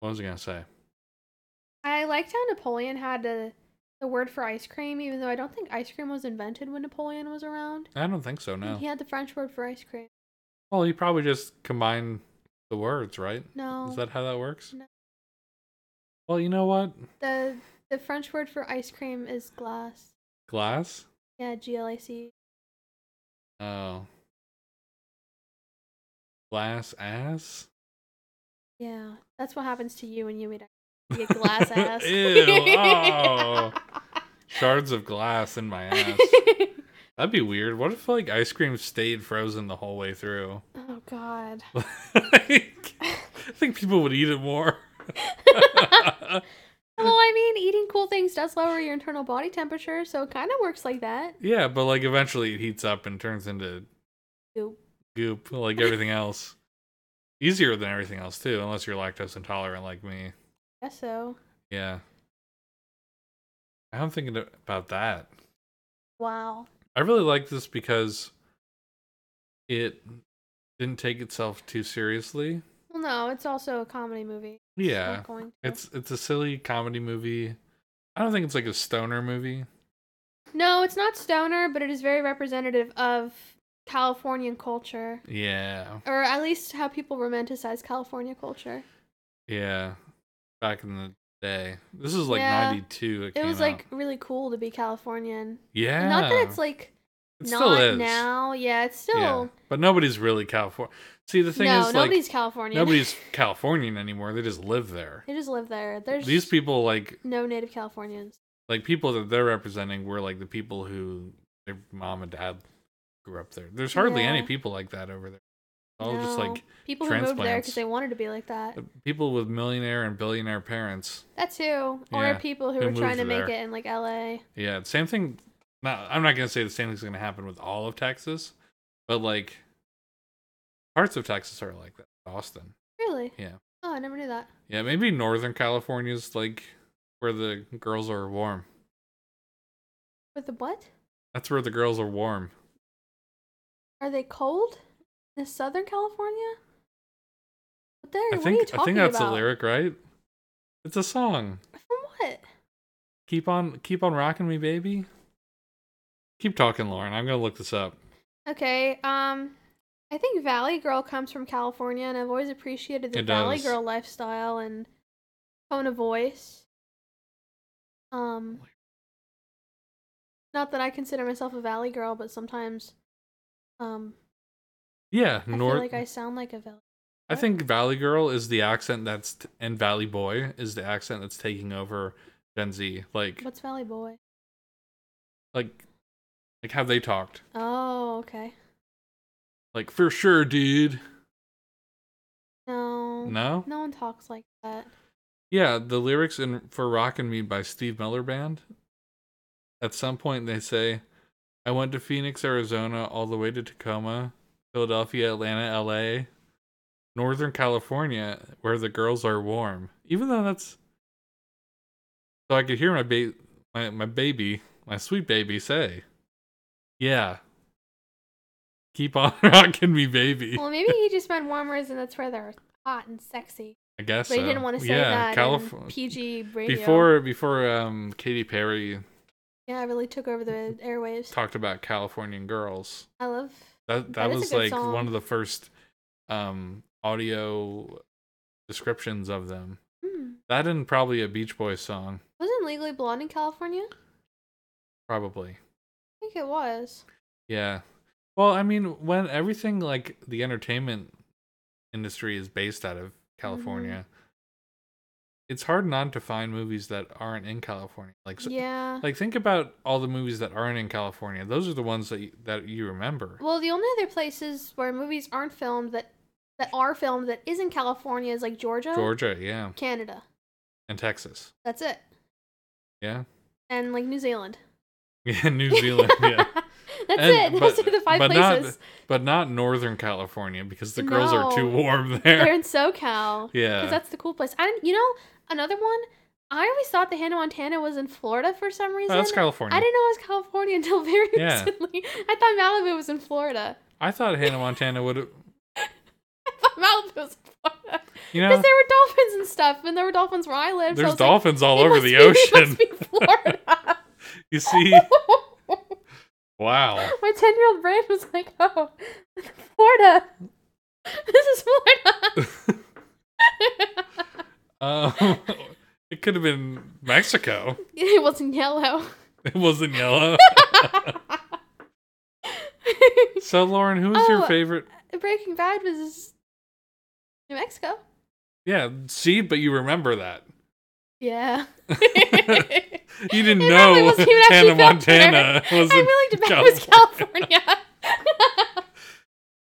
Speaker 1: what was I gonna say?
Speaker 2: I liked how Napoleon had a, the word for ice cream, even though I don't think ice cream was invented when Napoleon was around.
Speaker 1: I don't think so, no.
Speaker 2: He had the French word for ice cream.
Speaker 1: Well, he probably just combined the words, right?
Speaker 2: No.
Speaker 1: Is that how that works?
Speaker 2: No.
Speaker 1: Well, you know what?
Speaker 2: The the French word for ice cream is glace.
Speaker 1: Glass?
Speaker 2: Yeah, G L A C.
Speaker 1: Oh. Glass ass?
Speaker 2: Yeah, that's what happens to you when you meet a you get glass ass.
Speaker 1: Ew, oh. Shards of glass in my ass. That'd be weird. What if like ice cream stayed frozen the whole way through?
Speaker 2: oh God.
Speaker 1: Like, I think people would eat it more.
Speaker 2: Well, I mean, eating cool things does lower your internal body temperature, so it kind of works like that.
Speaker 1: yeah, but like eventually it heats up and turns into
Speaker 2: Goop.
Speaker 1: goop like everything else. Easier than everything else too, unless you're lactose intolerant like me.
Speaker 2: Guess so.
Speaker 1: Yeah. I'm thinking about that.
Speaker 2: Wow.
Speaker 1: I really like this because it didn't take itself too seriously.
Speaker 2: Well, no, it's also a comedy movie. It's not
Speaker 1: Yeah.
Speaker 2: going to-
Speaker 1: It's it's a silly comedy movie. I don't think it's like a stoner movie.
Speaker 2: no, it's not stoner, but it is very representative of Californian culture,
Speaker 1: Yeah.
Speaker 2: or at least how people romanticize California culture.
Speaker 1: Yeah. Back in the day. This is like
Speaker 2: Yeah.
Speaker 1: 92 it,
Speaker 2: It
Speaker 1: came
Speaker 2: was
Speaker 1: out.
Speaker 2: like really cool to be Californian.
Speaker 1: Yeah.
Speaker 2: Not that it's like
Speaker 1: It
Speaker 2: not now. Yeah, it's still
Speaker 1: Yeah. But nobody's really California. See, the thing
Speaker 2: no.
Speaker 1: is like
Speaker 2: nobody's Californian.
Speaker 1: nobody's Californian anymore. They just live there.
Speaker 2: they just live there. There's
Speaker 1: These people like
Speaker 2: no native Californians.
Speaker 1: like people that they're representing were like the people who their mom and dad grew up there. There's hardly any
Speaker 2: Yeah.
Speaker 1: people like that over there. All just
Speaker 2: No.
Speaker 1: like
Speaker 2: people who moved there
Speaker 1: transplants.
Speaker 2: because they wanted to be like that.
Speaker 1: people with millionaire and billionaire parents.
Speaker 2: That too,
Speaker 1: Yeah.
Speaker 2: or people who
Speaker 1: Who
Speaker 2: were trying
Speaker 1: moved
Speaker 2: to make
Speaker 1: there.
Speaker 2: it in like L.A.
Speaker 1: Yeah, same thing. Now, I'm not gonna say the same thing's gonna happen with all of Texas, but like parts of Texas are like that. Austin.
Speaker 2: Really?
Speaker 1: Yeah.
Speaker 2: Oh, I never knew that.
Speaker 1: Yeah, maybe Northern California's like where the girls are warm.
Speaker 2: With the what?
Speaker 1: That's where the girls are warm.
Speaker 2: Are they cold? In Southern California? What there?
Speaker 1: I
Speaker 2: what are you
Speaker 1: think
Speaker 2: talking
Speaker 1: I think that's
Speaker 2: about?
Speaker 1: a lyric, right? It's a song.
Speaker 2: From what?
Speaker 1: Keep on keep on rocking me, baby. Keep talking, Lauren. I'm gonna look this up.
Speaker 2: Okay. Um, I think Valley Girl comes from California, and I've always appreciated the
Speaker 1: It
Speaker 2: Valley
Speaker 1: does.
Speaker 2: Girl lifestyle and tone of voice. Um, not that I consider myself a Valley Girl, but sometimes, um,
Speaker 1: Yeah,
Speaker 2: I
Speaker 1: North.
Speaker 2: feel like I sound like a Valley.
Speaker 1: I think Valley Girl is the accent that's t- and Valley Boy is the accent that's taking over Gen Z. Like
Speaker 2: What's Valley Boy?
Speaker 1: like like how they talked.
Speaker 2: Oh, okay.
Speaker 1: Like for sure, dude.
Speaker 2: No, No.
Speaker 1: No?
Speaker 2: No one talks like that.
Speaker 1: Yeah, the lyrics in for Rockin' Me by Steve Miller Band. At some point they say, I went to Phoenix, Arizona, all the way to Tacoma, Philadelphia, Atlanta, LA, Northern California, where the girls are warm. Even though that's so I could hear my ba- my, my baby, my sweet baby say, Yeah. Keep on rocking me, baby.
Speaker 2: Well, maybe he just meant warmers, and that's where they're hot and sexy.
Speaker 1: I guess.
Speaker 2: But he
Speaker 1: so.
Speaker 2: didn't want to say
Speaker 1: yeah,
Speaker 2: that. in
Speaker 1: California.
Speaker 2: PG radio.
Speaker 1: before before um Katy Perry
Speaker 2: Yeah, I really took over the
Speaker 1: Mm-hmm.
Speaker 2: airwaves.
Speaker 1: talked about Californian girls.
Speaker 2: I love.
Speaker 1: That that,
Speaker 2: That is a
Speaker 1: was
Speaker 2: good
Speaker 1: like
Speaker 2: song.
Speaker 1: one of the first um audio descriptions of them.
Speaker 2: Hmm.
Speaker 1: That and probably a Beach Boys song,
Speaker 2: Wasn't Legally Blonde in California? I
Speaker 1: probably.
Speaker 2: think it was.
Speaker 1: Yeah. Well, I mean, when everything like the entertainment industry is based out of California,
Speaker 2: Mm-hmm.
Speaker 1: it's hard not to find movies that aren't in California. Like so,
Speaker 2: yeah.
Speaker 1: like think about all the movies that aren't in California. Those are the ones that you, that you remember.
Speaker 2: Well, the only other places where movies aren't filmed that that are filmed that isn't California is like Georgia,
Speaker 1: Georgia, yeah,
Speaker 2: Canada.
Speaker 1: and Texas,
Speaker 2: That's it.
Speaker 1: yeah,
Speaker 2: And like New Zealand.
Speaker 1: yeah, New Zealand, yeah,
Speaker 2: That's
Speaker 1: And-
Speaker 2: it. Those are the five
Speaker 1: but not-
Speaker 2: places.
Speaker 1: but not Northern California because the girls are too
Speaker 2: No.
Speaker 1: warm
Speaker 2: They're
Speaker 1: there.
Speaker 2: in SoCal. Because
Speaker 1: Yeah,
Speaker 2: that's the cool place. And you know, another one, I always thought the Hannah Montana was in Florida for some
Speaker 1: Oh,
Speaker 2: reason.
Speaker 1: that's California.
Speaker 2: I
Speaker 1: I,
Speaker 2: didn't know it was California until very
Speaker 1: Yeah.
Speaker 2: recently. I thought Malibu was in Florida.
Speaker 1: thought Hannah Montana would,
Speaker 2: I thought Malibu was in Florida.
Speaker 1: you
Speaker 2: Because
Speaker 1: know,
Speaker 2: there were dolphins and stuff, and there were dolphins where I lived. so
Speaker 1: there's
Speaker 2: I was like,
Speaker 1: dolphins all
Speaker 2: it
Speaker 1: over
Speaker 2: must
Speaker 1: the
Speaker 2: be- it
Speaker 1: ocean.
Speaker 2: must be Florida.
Speaker 1: You see, wow,
Speaker 2: My 10 year old brain was like, oh, Florida. This is Florida.
Speaker 1: um, it could have been Mexico.
Speaker 2: it wasn't yellow.
Speaker 1: It wasn't yellow. So, Lauren, who is your
Speaker 2: Oh.
Speaker 1: favorite?
Speaker 2: Breaking Bad was New Mexico.
Speaker 1: Yeah, see, but you remember that.
Speaker 2: Yeah.
Speaker 1: You didn't
Speaker 2: It probably
Speaker 1: know
Speaker 2: wasn't even actually
Speaker 1: Hannah
Speaker 2: filmed there.
Speaker 1: Montana was
Speaker 2: I
Speaker 1: in
Speaker 2: really did. It was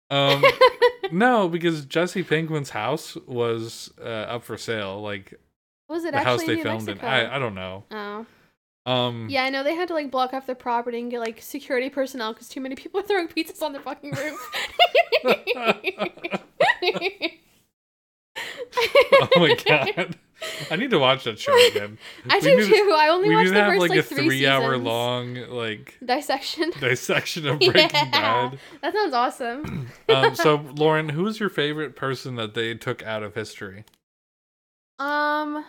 Speaker 2: California.
Speaker 1: Um, no, because Jesse Pinkman's house was uh, up for sale, like
Speaker 2: was it
Speaker 1: the house
Speaker 2: actually
Speaker 1: they
Speaker 2: New
Speaker 1: filmed
Speaker 2: Mexico?
Speaker 1: in. I, I don't know.
Speaker 2: Oh.
Speaker 1: Um,
Speaker 2: Yeah, I know they had to like block off their property and get like security personnel because too many people were throwing pizzas on their fucking roof.
Speaker 1: oh my god, I need to watch that show again.
Speaker 2: I
Speaker 1: We
Speaker 2: do
Speaker 1: need to-
Speaker 2: too. I only
Speaker 1: we
Speaker 2: watched
Speaker 1: need
Speaker 2: the
Speaker 1: to have
Speaker 2: first
Speaker 1: like,
Speaker 2: like,
Speaker 1: a
Speaker 2: three,
Speaker 1: three-hour
Speaker 2: seasons.
Speaker 1: long like
Speaker 2: dissection.
Speaker 1: dissection of Breaking
Speaker 2: Yeah.
Speaker 1: Bad.
Speaker 2: That sounds awesome.
Speaker 1: Um, so, Lauren, who's your favorite person that they took out of history?
Speaker 2: Um,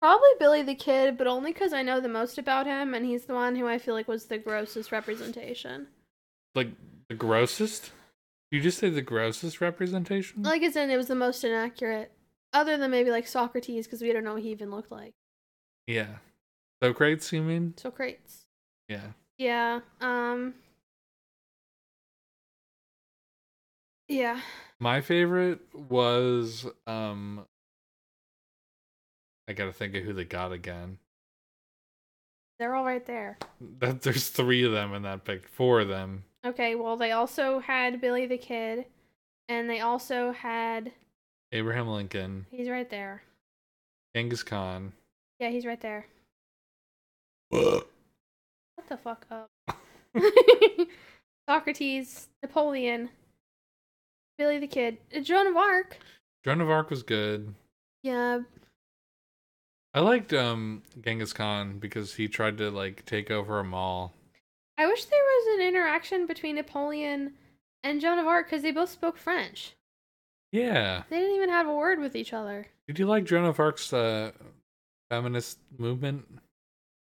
Speaker 2: probably Billy the Kid, but only because I know the most about him, and he's the one who I feel like was the grossest representation.
Speaker 1: Like the grossest? You just say the grossest representation?
Speaker 2: Like as in, it was the most inaccurate, other than maybe like Socrates, because we don't know what he even looked like.
Speaker 1: yeah. Socrates, you mean?
Speaker 2: Socrates.
Speaker 1: Yeah.
Speaker 2: Yeah. Um. Yeah.
Speaker 1: My favorite was um I gotta think of who they got again.
Speaker 2: They're all right there.
Speaker 1: That there's three of them in that pic, four of them.
Speaker 2: Okay, well, they also had Billy the Kid, and they also had.
Speaker 1: Abraham Lincoln,
Speaker 2: He's right there.
Speaker 1: Genghis Khan.
Speaker 2: Yeah, he's right there. What the fuck up? Socrates, Napoleon, Billy the Kid, uh, Joan of Arc.
Speaker 1: Joan of Arc was good.
Speaker 2: Yeah,
Speaker 1: I liked um Genghis Khan because he tried to like take over a mall.
Speaker 2: I wish there was an interaction between Napoleon and Joan of Arc because they both spoke French.
Speaker 1: Yeah.
Speaker 2: They didn't even have a word with each other.
Speaker 1: Did you like Joan of Arc's uh feminist movement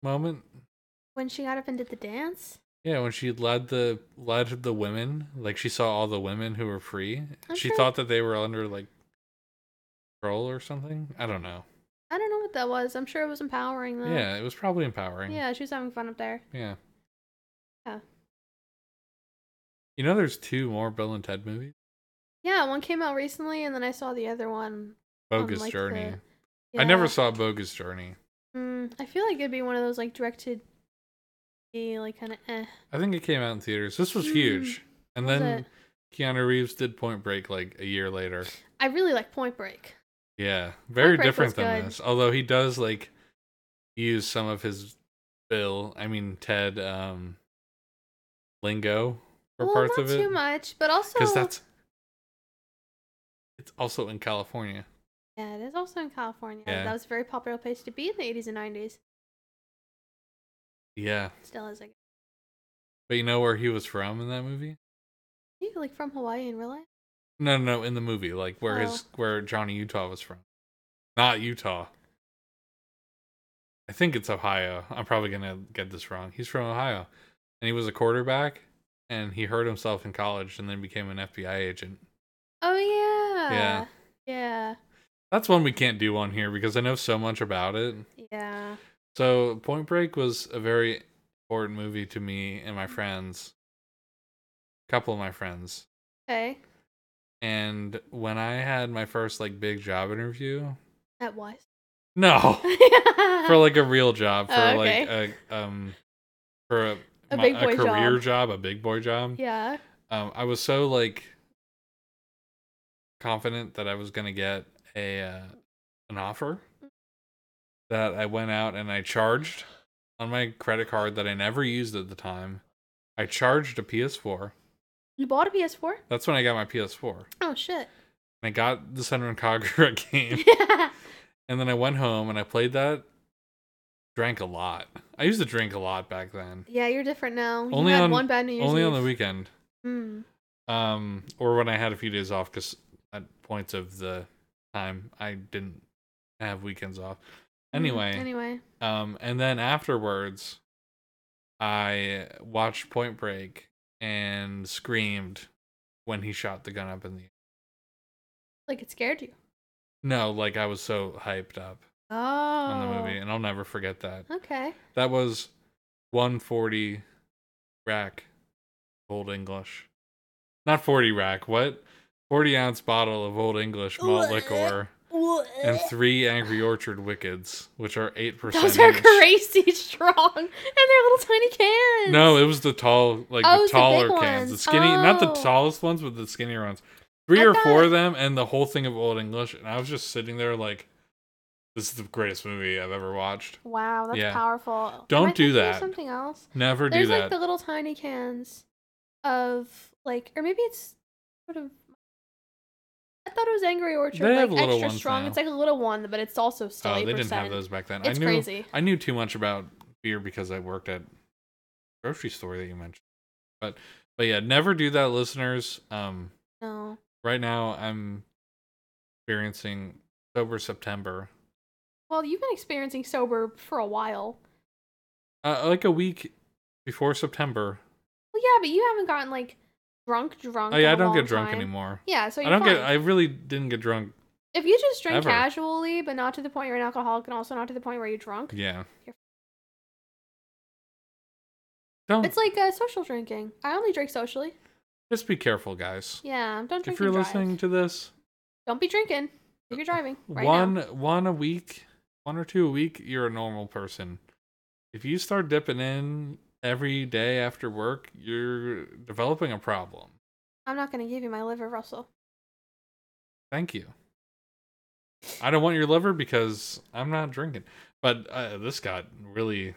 Speaker 1: moment?
Speaker 2: When she got up and did the dance,
Speaker 1: Yeah, when she led the led the women, like she saw all the women who were free.
Speaker 2: I'm
Speaker 1: she
Speaker 2: sure-
Speaker 1: thought that they were under like control or something. I don't know.
Speaker 2: I don't know what that was. I'm sure it was empowering though.
Speaker 1: Yeah, it was probably empowering.
Speaker 2: Yeah, she was having fun up there.
Speaker 1: Yeah.
Speaker 2: Yeah.
Speaker 1: You know, there's two more Bill and Ted movies.
Speaker 2: Yeah, one came out recently, and then I saw the other one. on,
Speaker 1: Bogus
Speaker 2: Um, like,
Speaker 1: Journey.
Speaker 2: the-
Speaker 1: I never
Speaker 2: Yeah.
Speaker 1: saw Bogus Journey.
Speaker 2: Mm, I feel like it'd be one of those like directed, like eh. kind of eh.
Speaker 1: I think it came out in theaters. This was
Speaker 2: Hmm.
Speaker 1: huge. And
Speaker 2: Was
Speaker 1: then
Speaker 2: it?
Speaker 1: Keanu Reeves did Point Break like a year later.
Speaker 2: I really like Point Break.
Speaker 1: Yeah, very
Speaker 2: Break
Speaker 1: different
Speaker 2: was
Speaker 1: than
Speaker 2: good.
Speaker 1: this. Although he does like use some of his Bill, I mean Ted, um, lingo for
Speaker 2: well,
Speaker 1: parts
Speaker 2: not
Speaker 1: of it,
Speaker 2: too much, Oh. but also
Speaker 1: because that's it's also in California.
Speaker 2: yeah, it is also in California.
Speaker 1: Yeah.
Speaker 2: That was a very popular place to be in the 80s and 90s.
Speaker 1: Yeah,
Speaker 2: Still is, I guess.
Speaker 1: but you know where he was from in that movie?
Speaker 2: Are you like from Hawaii in real life?
Speaker 1: No, no, no, in the movie, like where his where Johnny Utah was from, not Utah. I think it's Ohio. I'm probably gonna get this wrong. He's from Ohio, and he was a quarterback, and he hurt himself in college, and then became an FBI agent.
Speaker 2: Oh yeah.
Speaker 1: Yeah.
Speaker 2: Yeah.
Speaker 1: That's one we can't do on here because I know so much about it.
Speaker 2: Yeah.
Speaker 1: So Point Break was a very important movie to me and my friends, a couple of my friends.
Speaker 2: Okay.
Speaker 1: And when I had my first like big job interview,
Speaker 2: That was.
Speaker 1: no. Oh. for like a real job for
Speaker 2: Oh, okay.
Speaker 1: like a um for a,
Speaker 2: A
Speaker 1: my-
Speaker 2: big
Speaker 1: a
Speaker 2: boy
Speaker 1: career job. a big boy job
Speaker 2: yeah.
Speaker 1: um i was so like confident that i was gonna get a uh, an offer that i went out and i charged on my credit card that i never used at the time i charged a ps4
Speaker 2: You bought a PS4?
Speaker 1: that's when i got my ps4 and
Speaker 2: Oh shit.
Speaker 1: i got the senran kagura game And then I went home and I played that. Drank a lot. I used to drink a lot back then.
Speaker 2: yeah, you're different now. You
Speaker 1: Only
Speaker 2: had
Speaker 1: on-
Speaker 2: one bad New Year's
Speaker 1: Only on
Speaker 2: Eve.
Speaker 1: the weekend.
Speaker 2: Mm.
Speaker 1: Um, or when I had a few days off because at points of the time I didn't have weekends off. Anyway,
Speaker 2: Mm, Anyway.
Speaker 1: um, and then afterwards I watched Point Break and screamed when he shot the gun up in the
Speaker 2: Like it scared you.
Speaker 1: No, like I was so hyped up
Speaker 2: Oh.
Speaker 1: on the movie and I'll never forget that.
Speaker 2: Okay.
Speaker 1: That was 140 rack old English. Not 40 rack, what? 40 ounce bottle of old English
Speaker 2: uh,
Speaker 1: malt liquor and three Angry Orchard Wickeds, which are 8%.
Speaker 2: Those are
Speaker 1: each.
Speaker 2: crazy strong. And they're little tiny cans.
Speaker 1: No, it was the tall, like
Speaker 2: Oh, it
Speaker 1: the
Speaker 2: was the big
Speaker 1: taller cans. The
Speaker 2: ones.
Speaker 1: skinny, not the
Speaker 2: Oh.
Speaker 1: tallest ones, but the skinnier ones. Three
Speaker 2: I
Speaker 1: or four
Speaker 2: thought-
Speaker 1: of them and the whole thing of Old English. And I was just sitting there like, this is the greatest movie I've ever watched.
Speaker 2: Wow, that's
Speaker 1: Yeah.
Speaker 2: powerful.
Speaker 1: Don't
Speaker 2: Am I
Speaker 1: do
Speaker 2: thinking of
Speaker 1: that.
Speaker 2: Something else.
Speaker 1: Never
Speaker 2: There's
Speaker 1: do
Speaker 2: like
Speaker 1: that.
Speaker 2: the little tiny cans of like, or maybe it's sort of. I thought it was Angry Orchard,
Speaker 1: They
Speaker 2: like
Speaker 1: have little
Speaker 2: extra
Speaker 1: ones
Speaker 2: strong.
Speaker 1: now.
Speaker 2: It's like a little one, but it's also still
Speaker 1: Oh,
Speaker 2: eight
Speaker 1: they didn't have
Speaker 2: percent.
Speaker 1: those back then.
Speaker 2: It's
Speaker 1: I knew
Speaker 2: crazy.
Speaker 1: I knew too much about beer because I worked at grocery store that you mentioned. But but yeah, never do that, listeners. Um,
Speaker 2: No,
Speaker 1: right now I'm experiencing sober September,
Speaker 2: well, you've been experiencing sober for a while.
Speaker 1: uh, like a week before September.
Speaker 2: Well, yeah, but you haven't gotten like drunk, drunk.
Speaker 1: Oh yeah,
Speaker 2: in
Speaker 1: I
Speaker 2: a
Speaker 1: don't
Speaker 2: long
Speaker 1: get drunk
Speaker 2: time.
Speaker 1: anymore.
Speaker 2: Yeah, so
Speaker 1: I
Speaker 2: you're
Speaker 1: don't
Speaker 2: fine.
Speaker 1: get. I really didn't get drunk.
Speaker 2: if you just drink
Speaker 1: ever.
Speaker 2: casually, but not to the point you're an alcoholic, and also not to the point where you're drunk,
Speaker 1: Yeah.
Speaker 2: You're-
Speaker 1: Don't
Speaker 2: it's like uh, social drinking. I only drink socially.
Speaker 1: just be careful, guys.
Speaker 2: Yeah, don't drink.
Speaker 1: If you're
Speaker 2: and drive.
Speaker 1: listening to this,
Speaker 2: Don't be drinking if you're driving right
Speaker 1: one
Speaker 2: now.
Speaker 1: one a week, one or two a week, you're a normal person. If you start dipping in every day after work, you're developing a problem.
Speaker 2: I'm not going to give you my liver, Russell.
Speaker 1: Thank you. I don't want your liver because I'm not drinking. But uh, this got really.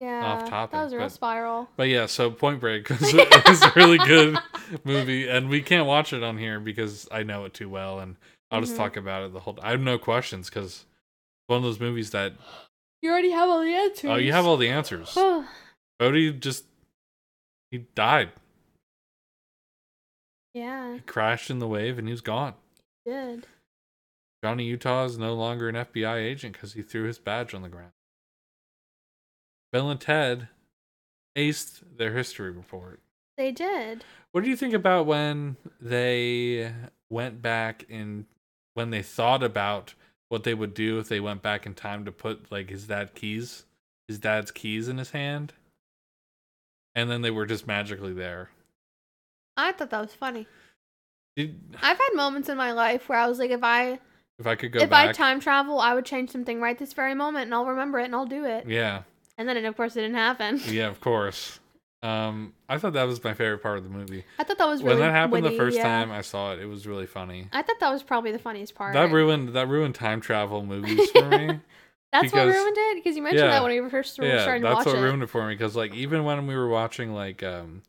Speaker 2: Yeah,
Speaker 1: topic,
Speaker 2: That was a real
Speaker 1: but-
Speaker 2: spiral.
Speaker 1: But yeah, so Point Break was, was a really good movie, and we can't watch it on here because I know it too well, and I'll just
Speaker 2: Mhm.
Speaker 1: talk about it the whole. I have no questions because one of those movies that
Speaker 2: You already have all the answers.
Speaker 1: oh, you have all the answers.
Speaker 2: Oh,
Speaker 1: Bodhi just he died.
Speaker 2: yeah,
Speaker 1: He crashed in the wave and he was gone.
Speaker 2: good.
Speaker 1: Johnny Utah is no longer an FBI agent because he threw his badge on the ground. Bill and Ted aced their history report.
Speaker 2: They did.
Speaker 1: What do you think about when they went back in when they thought about what they would do if they went back in time to put like his dad keys, his dad's keys in his hand, and then they were just magically there?
Speaker 2: I thought that was funny.
Speaker 1: Did,
Speaker 2: I've had moments in my life where I was like, if I
Speaker 1: if I could go
Speaker 2: if
Speaker 1: back,
Speaker 2: I time travel, I would change something right this very moment, and I'll remember it, and I'll do it.
Speaker 1: yeah,
Speaker 2: And then, it, of course, it didn't happen.
Speaker 1: yeah, of course. Um, I thought that was my favorite part of the movie.
Speaker 2: I thought that was really
Speaker 1: when that happened
Speaker 2: witty,
Speaker 1: the first
Speaker 2: yeah.
Speaker 1: time I saw it, it was really funny.
Speaker 2: I thought that was probably the funniest part.
Speaker 1: That ruined that ruined time travel movies for me.
Speaker 2: that's what
Speaker 1: because-
Speaker 2: ruined it because you mentioned
Speaker 1: yeah.
Speaker 2: that when we were first were
Speaker 1: yeah,
Speaker 2: starting to
Speaker 1: that's
Speaker 2: watch
Speaker 1: what
Speaker 2: it.
Speaker 1: ruined it for me because like even when we were watching like um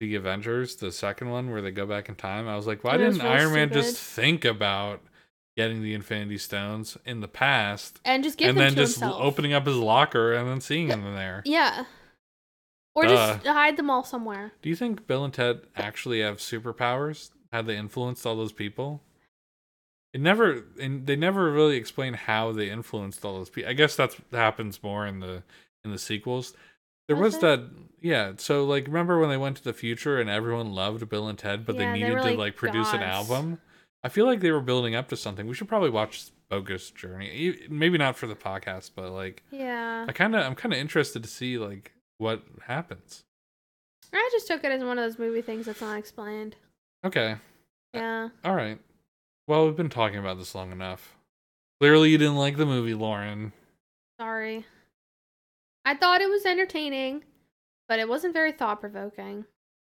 Speaker 1: the Avengers, the second one where they go back in time, I was like, why
Speaker 2: And it was
Speaker 1: didn't
Speaker 2: really
Speaker 1: Iron Man just
Speaker 2: stupid.
Speaker 1: think about getting the Infinity Stones in the past
Speaker 2: and just give
Speaker 1: and
Speaker 2: them
Speaker 1: then
Speaker 2: to
Speaker 1: just
Speaker 2: himself.
Speaker 1: opening up his locker and then seeing them there?
Speaker 2: Yeah. Or just
Speaker 1: Uh.
Speaker 2: hide them all somewhere.
Speaker 1: Do you think Bill and Ted actually have superpowers? How they influenced all those people? It never, and they never really explain how they influenced all those people. I guess that's what happens more in the in the sequels. There
Speaker 2: Does
Speaker 1: was
Speaker 2: it?
Speaker 1: that, yeah. So like, remember when they went to the future and everyone loved Bill and Ted, but
Speaker 2: Yeah,
Speaker 1: they
Speaker 2: they
Speaker 1: needed
Speaker 2: were
Speaker 1: to
Speaker 2: like
Speaker 1: like produce an
Speaker 2: gods.
Speaker 1: album. I feel like they were building up to something. We should probably watch Bogus Journey. E- Maybe not for the podcast, but like,
Speaker 2: Yeah.
Speaker 1: I kind of, I'm kind of interested to see like what happens.
Speaker 2: I just took it as one of those movie things that's not explained.
Speaker 1: Okay. Uh.
Speaker 2: Yeah.
Speaker 1: All right. Well, we've been talking about this long enough. Clearly, you didn't like the movie, Lauren.
Speaker 2: Sorry. I thought it was entertaining, but it wasn't very thought provoking.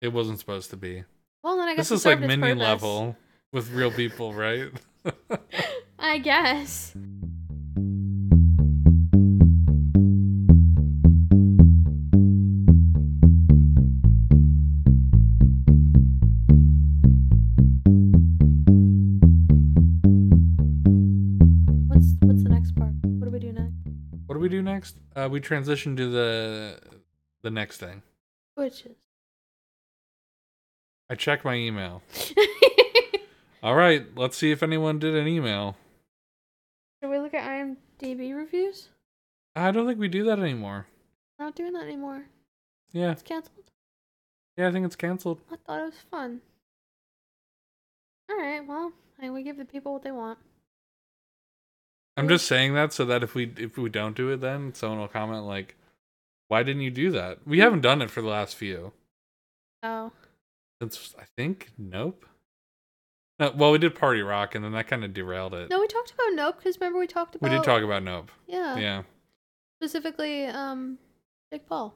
Speaker 1: It wasn't supposed to be.
Speaker 2: Well, then I guess
Speaker 1: This is
Speaker 2: it
Speaker 1: like
Speaker 2: served its
Speaker 1: minion
Speaker 2: purpose.
Speaker 1: level with real people, right?
Speaker 2: I guess. What's what's the next part? What do we do next?
Speaker 1: what do we do next? Uh, we transition to the the next thing.
Speaker 2: Witches.
Speaker 1: I check my email. All right, let's see if anyone did an email.
Speaker 2: Should we look at IMDb reviews?
Speaker 1: I don't think we do that anymore.
Speaker 2: Not doing that anymore.
Speaker 1: Yeah,
Speaker 2: It's canceled.
Speaker 1: yeah, I think it's canceled.
Speaker 2: I thought it was fun. All right. Well, I we give the people what they want.
Speaker 1: I'm just saying that so that if we if we don't do it, then someone will comment like, "Why didn't you do that?" We haven't done it for the last few.
Speaker 2: Oh,
Speaker 1: That's I think nope. No, well, we did Party Rock, and then that kind of derailed it.
Speaker 2: no, we talked about Nope Oh. because remember we talked
Speaker 1: we
Speaker 2: about
Speaker 1: did talk about Nope.
Speaker 2: Yeah,
Speaker 1: yeah,
Speaker 2: specifically um, Jake Paul.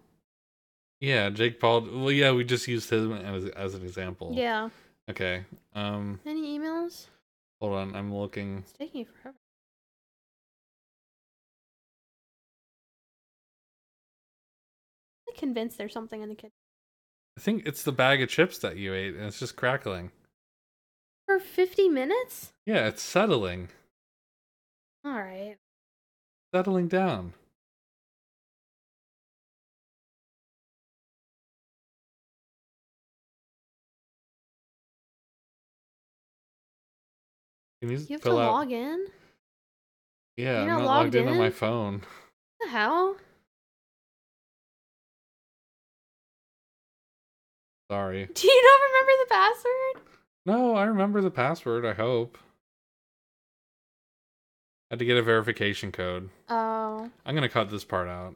Speaker 1: yeah. Jake Paul. Well, yeah, we just used him as as an example.
Speaker 2: Yeah.
Speaker 1: Okay. Um,
Speaker 2: Any emails?
Speaker 1: hold on. I'm looking.
Speaker 2: It's taking you forever. I'm convinced there's something in the kitchen
Speaker 1: I think it's the bag of chips that you ate, and it's just crackling.
Speaker 2: for 50 minutes.
Speaker 1: Yeah, it's settling,
Speaker 2: All right.
Speaker 1: settling down. Can you,
Speaker 2: You have to
Speaker 1: fill out
Speaker 2: log in.
Speaker 1: Yeah,
Speaker 2: You're
Speaker 1: I'm
Speaker 2: not
Speaker 1: not
Speaker 2: logged
Speaker 1: logged in on my
Speaker 2: in?
Speaker 1: phone.
Speaker 2: the hell?
Speaker 1: Sorry.
Speaker 2: Do you not remember the password?
Speaker 1: No, I remember the password, I hope. Had to get a verification code.
Speaker 2: Oh.
Speaker 1: I'm going to cut this part out.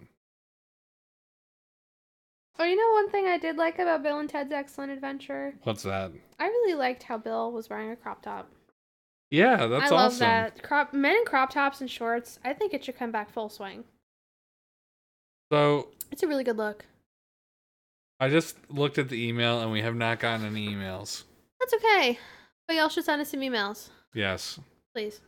Speaker 2: Oh, you know one thing I did like about Bill and Ted's Excellent Adventure?
Speaker 1: What's that?
Speaker 2: I really liked how Bill was wearing a crop top.
Speaker 1: Yeah, that's
Speaker 2: I love
Speaker 1: awesome.
Speaker 2: that. Crop men in crop tops and shorts. I think it should come back full swing.
Speaker 1: So,
Speaker 2: It's a really good look.
Speaker 1: I just looked at the email and we have not gotten any emails.
Speaker 2: That's okay. But y'all should send us some emails,
Speaker 1: Yes.
Speaker 2: please.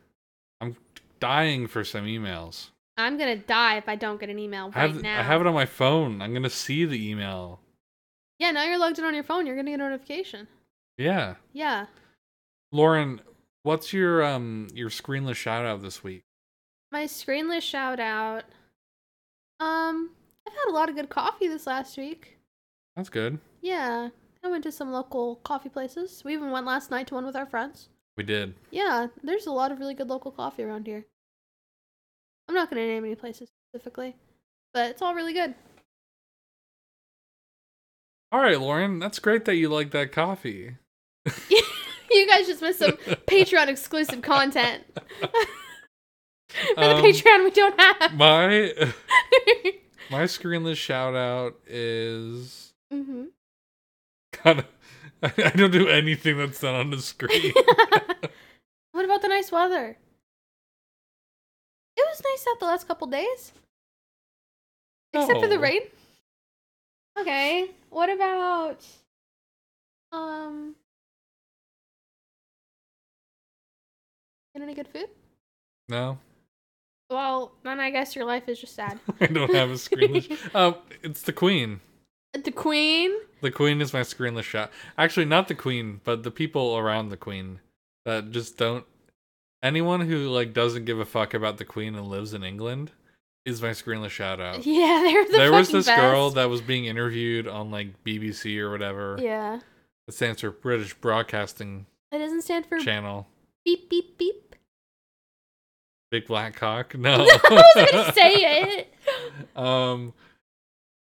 Speaker 1: Dying for some emails.
Speaker 2: I'm gonna die if I don't get an email right
Speaker 1: I have
Speaker 2: now.
Speaker 1: I have it on my phone. I'm going to see the email.
Speaker 2: Yeah, now you're logged in on your phone. You're gonna get a notification.
Speaker 1: Yeah.
Speaker 2: Yeah.
Speaker 1: Lauren, what's your um your screenless shout out this week?
Speaker 2: My screenless shout out. Um, I've had a lot of good coffee this last week.
Speaker 1: That's good.
Speaker 2: Yeah. I went to some local coffee places. We even went last night to one with our friends.
Speaker 1: We did.
Speaker 2: Yeah, there's a lot of really good local coffee around here. I'm not gonna name any places specifically, but it's all really good.
Speaker 1: All right, Lauren, that's great that you like that coffee.
Speaker 2: you guys just missed some Patreon exclusive content. For the
Speaker 1: Um,
Speaker 2: Patreon we don't have.
Speaker 1: My my screenless shout out is
Speaker 2: hmm
Speaker 1: God, I, I don't do anything that's not on the screen.
Speaker 2: what about the nice weather? It was nice out the last couple days. Except for the
Speaker 1: No.
Speaker 2: rain. Okay. What about um Get any good food?
Speaker 1: No,
Speaker 2: Well, then I guess your life is just sad. Uh,
Speaker 1: I don't have a screenless. um, it's the Queen.
Speaker 2: the Queen?
Speaker 1: The Queen is my screenless shot. Actually, not the Queen, but the people around the Queen that just don't. Anyone who like doesn't give a fuck about the Queen and lives in England is my screenless shout out.
Speaker 2: Yeah, they're the
Speaker 1: Oh. there was
Speaker 2: fucking
Speaker 1: this girl
Speaker 2: best.
Speaker 1: that was being interviewed on like BBC or whatever.
Speaker 2: Yeah.
Speaker 1: It stands for British Broadcasting
Speaker 2: That doesn't stand for
Speaker 1: Channel.
Speaker 2: beep beep beep.
Speaker 1: Big black cock. No.
Speaker 2: I was gonna say it.
Speaker 1: um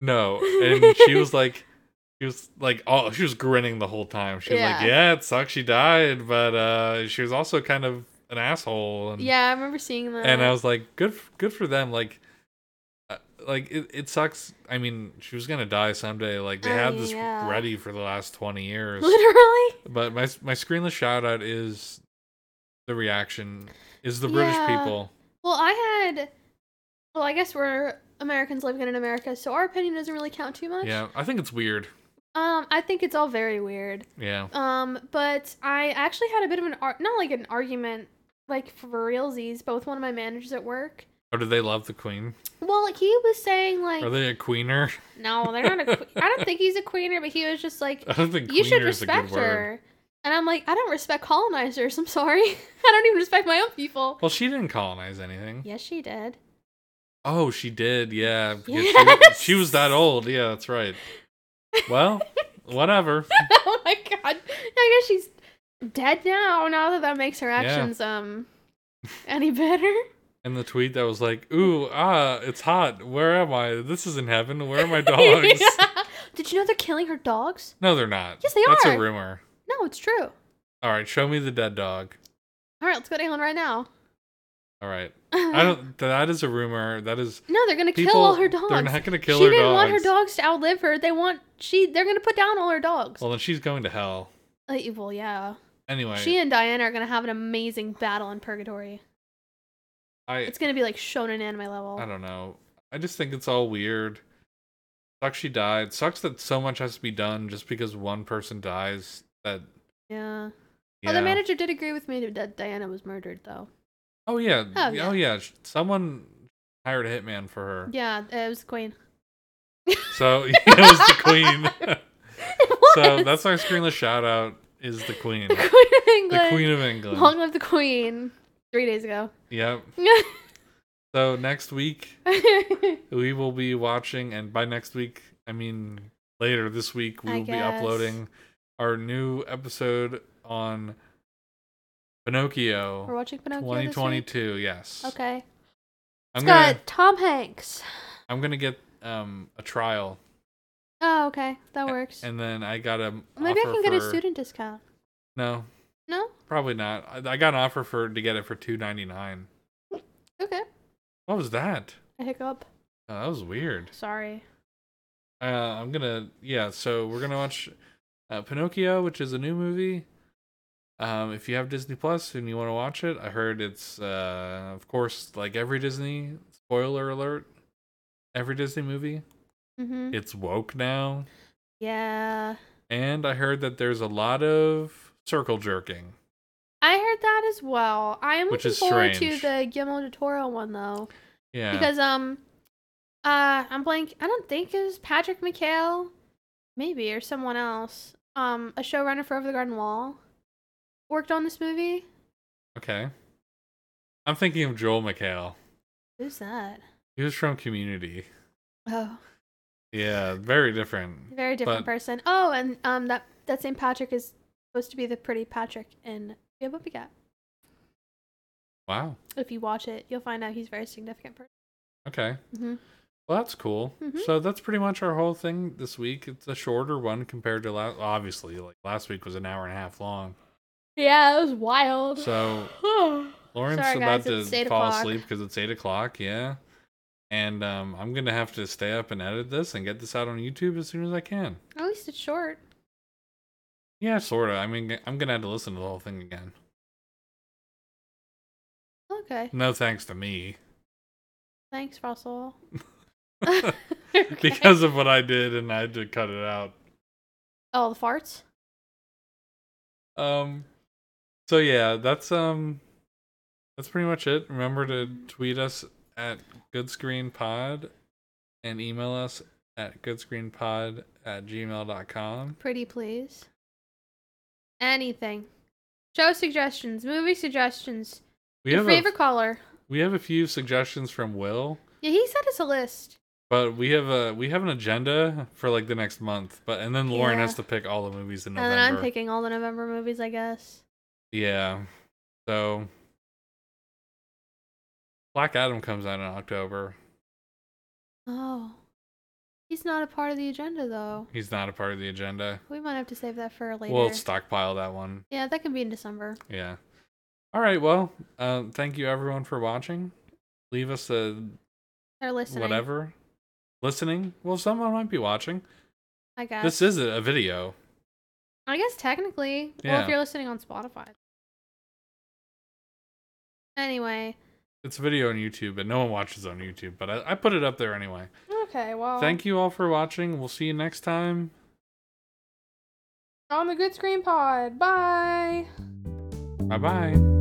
Speaker 1: no and she was like she was like oh she was grinning the whole time she was
Speaker 2: Yeah.
Speaker 1: like yeah it sucks she died but uh she was also kind of an asshole and
Speaker 2: Yeah, I remember seeing that.
Speaker 1: and i was like good f- good for them like uh, like it, it sucks i mean she was gonna die someday like they
Speaker 2: Oh,
Speaker 1: had this
Speaker 2: yeah.
Speaker 1: ready for the last 20 years
Speaker 2: literally.
Speaker 1: but my my screenless shout out is the reaction is the british
Speaker 2: Yeah.
Speaker 1: people
Speaker 2: Well, I had. Well, I guess we're Americans living in America, so our opinion doesn't really count too much.
Speaker 1: yeah i think it's weird
Speaker 2: Um, I think it's all very weird.
Speaker 1: yeah
Speaker 2: Um, but I actually had a bit of an ar- not like an argument, like for realsies, but with one of my managers at work.
Speaker 1: or Oh, do they love the queen
Speaker 2: Well, like, he was saying like,
Speaker 1: Are they a queener?
Speaker 2: no, they're not a. Que- I don't think he's a queener, but he was just like,
Speaker 1: I don't think
Speaker 2: you should
Speaker 1: queener is a good
Speaker 2: respect
Speaker 1: word.
Speaker 2: her. And I'm like, I don't respect colonizers. I'm sorry, I don't even respect my own people.
Speaker 1: Well, she didn't colonize anything.
Speaker 2: Yes, she did.
Speaker 1: Oh, she did. Yeah, because she-
Speaker 2: Yes.
Speaker 1: she, was that old. Yeah, that's right. Well, whatever.
Speaker 2: oh my god. I guess she's dead now, now that that makes her actions um any better.
Speaker 1: And the tweet that was like, "Ooh, ah, it's hot. Where am I? This isn't heaven. Where are my dogs?"
Speaker 2: Did you know they're killing her dogs?
Speaker 1: No, they're not.
Speaker 2: Yes, they
Speaker 1: That's
Speaker 2: are.
Speaker 1: a rumor.
Speaker 2: No, it's true.
Speaker 1: All right, show me the dead dog.
Speaker 2: All right, let's go to England right now.
Speaker 1: All right, I don't. That is a rumor. That is
Speaker 2: No, they're gonna
Speaker 1: people.
Speaker 2: kill all her dogs.
Speaker 1: They're not gonna kill
Speaker 2: she
Speaker 1: her
Speaker 2: didn't
Speaker 1: dogs.
Speaker 2: want her dogs to outlive her. They want she. They're gonna put down all her dogs.
Speaker 1: Well, then she's going to hell.
Speaker 2: Uh, well, yeah.
Speaker 1: Anyway,
Speaker 2: She and Diana are gonna have an amazing battle in purgatory.
Speaker 1: I
Speaker 2: It's gonna be like shonen anime level.
Speaker 1: I don't know. I just think it's all weird. Sucks she died. Sucks that so much has to be done just because one person dies. That
Speaker 2: Yeah.
Speaker 1: yeah.
Speaker 2: Oh, the manager did agree with me that Diana was murdered, though.
Speaker 1: oh yeah.
Speaker 2: Oh,
Speaker 1: Oh
Speaker 2: yeah.
Speaker 1: yeah. sh- Someone hired a hitman for her.
Speaker 2: Yeah, it was the queen.
Speaker 1: So yeah, it was the queen.
Speaker 2: It
Speaker 1: so
Speaker 2: was.
Speaker 1: that's our screenless shout out is the queen.
Speaker 2: the queen of
Speaker 1: The
Speaker 2: England.
Speaker 1: queen of England.
Speaker 2: Long live the queen. Three days ago.
Speaker 1: Yep. So next week
Speaker 2: I
Speaker 1: we will be watching and by next week I mean later this week we
Speaker 2: I
Speaker 1: will be
Speaker 2: guess.
Speaker 1: uploading our new episode on Pinocchio.
Speaker 2: We're watching Pinocchio. this week?
Speaker 1: 2022 yes
Speaker 2: Okay.
Speaker 1: i'm
Speaker 2: it's
Speaker 1: gonna
Speaker 2: got Tom Hanks.
Speaker 1: i'm gonna get um a trial
Speaker 2: Oh, okay. That
Speaker 1: A-
Speaker 2: works.
Speaker 1: and then i got a
Speaker 2: Maybe I
Speaker 1: offer
Speaker 2: can get a
Speaker 1: for-
Speaker 2: student discount.
Speaker 1: no
Speaker 2: No?
Speaker 1: probably not i, I got an offer for to get it for 299
Speaker 2: Okay.
Speaker 1: what was that
Speaker 2: I hiccup.
Speaker 1: oh, that was weird
Speaker 2: Sorry.
Speaker 1: uh i'm gonna yeah so we're gonna watch uh, pinocchio which is a new movie um if you have disney plus and you want to watch it i heard it's uh of course like every disney spoiler alert every disney movie
Speaker 2: Mm-hmm.
Speaker 1: it's woke now
Speaker 2: Yeah.
Speaker 1: And I heard that there's a lot of circle jerking.
Speaker 2: I heard that as well. I am
Speaker 1: Which
Speaker 2: looking
Speaker 1: is
Speaker 2: forward
Speaker 1: strange.
Speaker 2: to the Guillermo del Toro one, though.
Speaker 1: Yeah.
Speaker 2: Because um, uh, I'm blank. I don't think it was Patrick McHale, maybe or someone else. Um, a showrunner for Over the Garden Wall, worked on this movie.
Speaker 1: okay. I'm thinking of Joel McHale.
Speaker 2: Who's that?
Speaker 1: He was from Community.
Speaker 2: Oh,
Speaker 1: Yeah, very different.
Speaker 2: very different
Speaker 1: But-
Speaker 2: person. Oh, and um, that that same Patrick is supposed to be the pretty Patrick in Yeah, What We Got.
Speaker 1: Wow.
Speaker 2: If you watch it, you'll find out he's a very significant person.
Speaker 1: Okay.
Speaker 2: Mm-hmm.
Speaker 1: Well, that's cool.
Speaker 2: Mhm.
Speaker 1: So that's pretty much our whole thing this week. It's a shorter one compared to last. Obviously, like last week was an hour and a half long.
Speaker 2: Yeah, it was wild.
Speaker 1: So Lauren's
Speaker 2: Sorry,
Speaker 1: about
Speaker 2: guys, it's
Speaker 1: to
Speaker 2: eight
Speaker 1: fall
Speaker 2: o'clock.
Speaker 1: asleep because it's eight o'clock. Yeah. And um, I'm gonna have to stay up and edit this and get this out on YouTube as soon as I can.
Speaker 2: At least it's short.
Speaker 1: Yeah, sorta. I mean, I'm gonna have to listen to the whole thing again.
Speaker 2: Okay.
Speaker 1: No thanks to me.
Speaker 2: Thanks, Russell. Okay.
Speaker 1: because of what I did, and I had to cut it out.
Speaker 2: oh, the farts.
Speaker 1: Um, so yeah, that's um, that's pretty much it. Remember to tweet us at Good Screen Pod, and email us at goodscreenpod at gmail.com.
Speaker 2: Pretty please. Anything. Show suggestions, movie suggestions,
Speaker 1: We
Speaker 2: your
Speaker 1: have
Speaker 2: favorite
Speaker 1: a,
Speaker 2: color.
Speaker 1: we have a few suggestions from Will,
Speaker 2: Yeah, he sent us a list.
Speaker 1: but we have a we have an agenda for like the next month. But and then Lauren
Speaker 2: Yeah.
Speaker 1: has to pick all the movies in November.
Speaker 2: And then I'm picking all the November movies, I guess.
Speaker 1: Yeah. So Black Adam comes out in October.
Speaker 2: Oh. He's not a part of the agenda, though.
Speaker 1: He's not a part of the agenda.
Speaker 2: We might have to save that for later.
Speaker 1: We'll stockpile that one.
Speaker 2: yeah, that can be in December.
Speaker 1: Yeah. All right. Well, um, thank you everyone for watching. Leave us a
Speaker 2: Or listening.
Speaker 1: whatever. Listening. Well, someone might be watching.
Speaker 2: I guess.
Speaker 1: This is a a video.
Speaker 2: I guess technically. Well,
Speaker 1: Yeah.
Speaker 2: if you're listening on Spotify. Anyway.
Speaker 1: It's a video on YouTube, but no one watches on YouTube. But I, I put it up there anyway.
Speaker 2: Okay, well.
Speaker 1: Thank you all for watching. We'll see you next time.
Speaker 2: On the Good Screen Pod. Bye.
Speaker 1: Bye bye.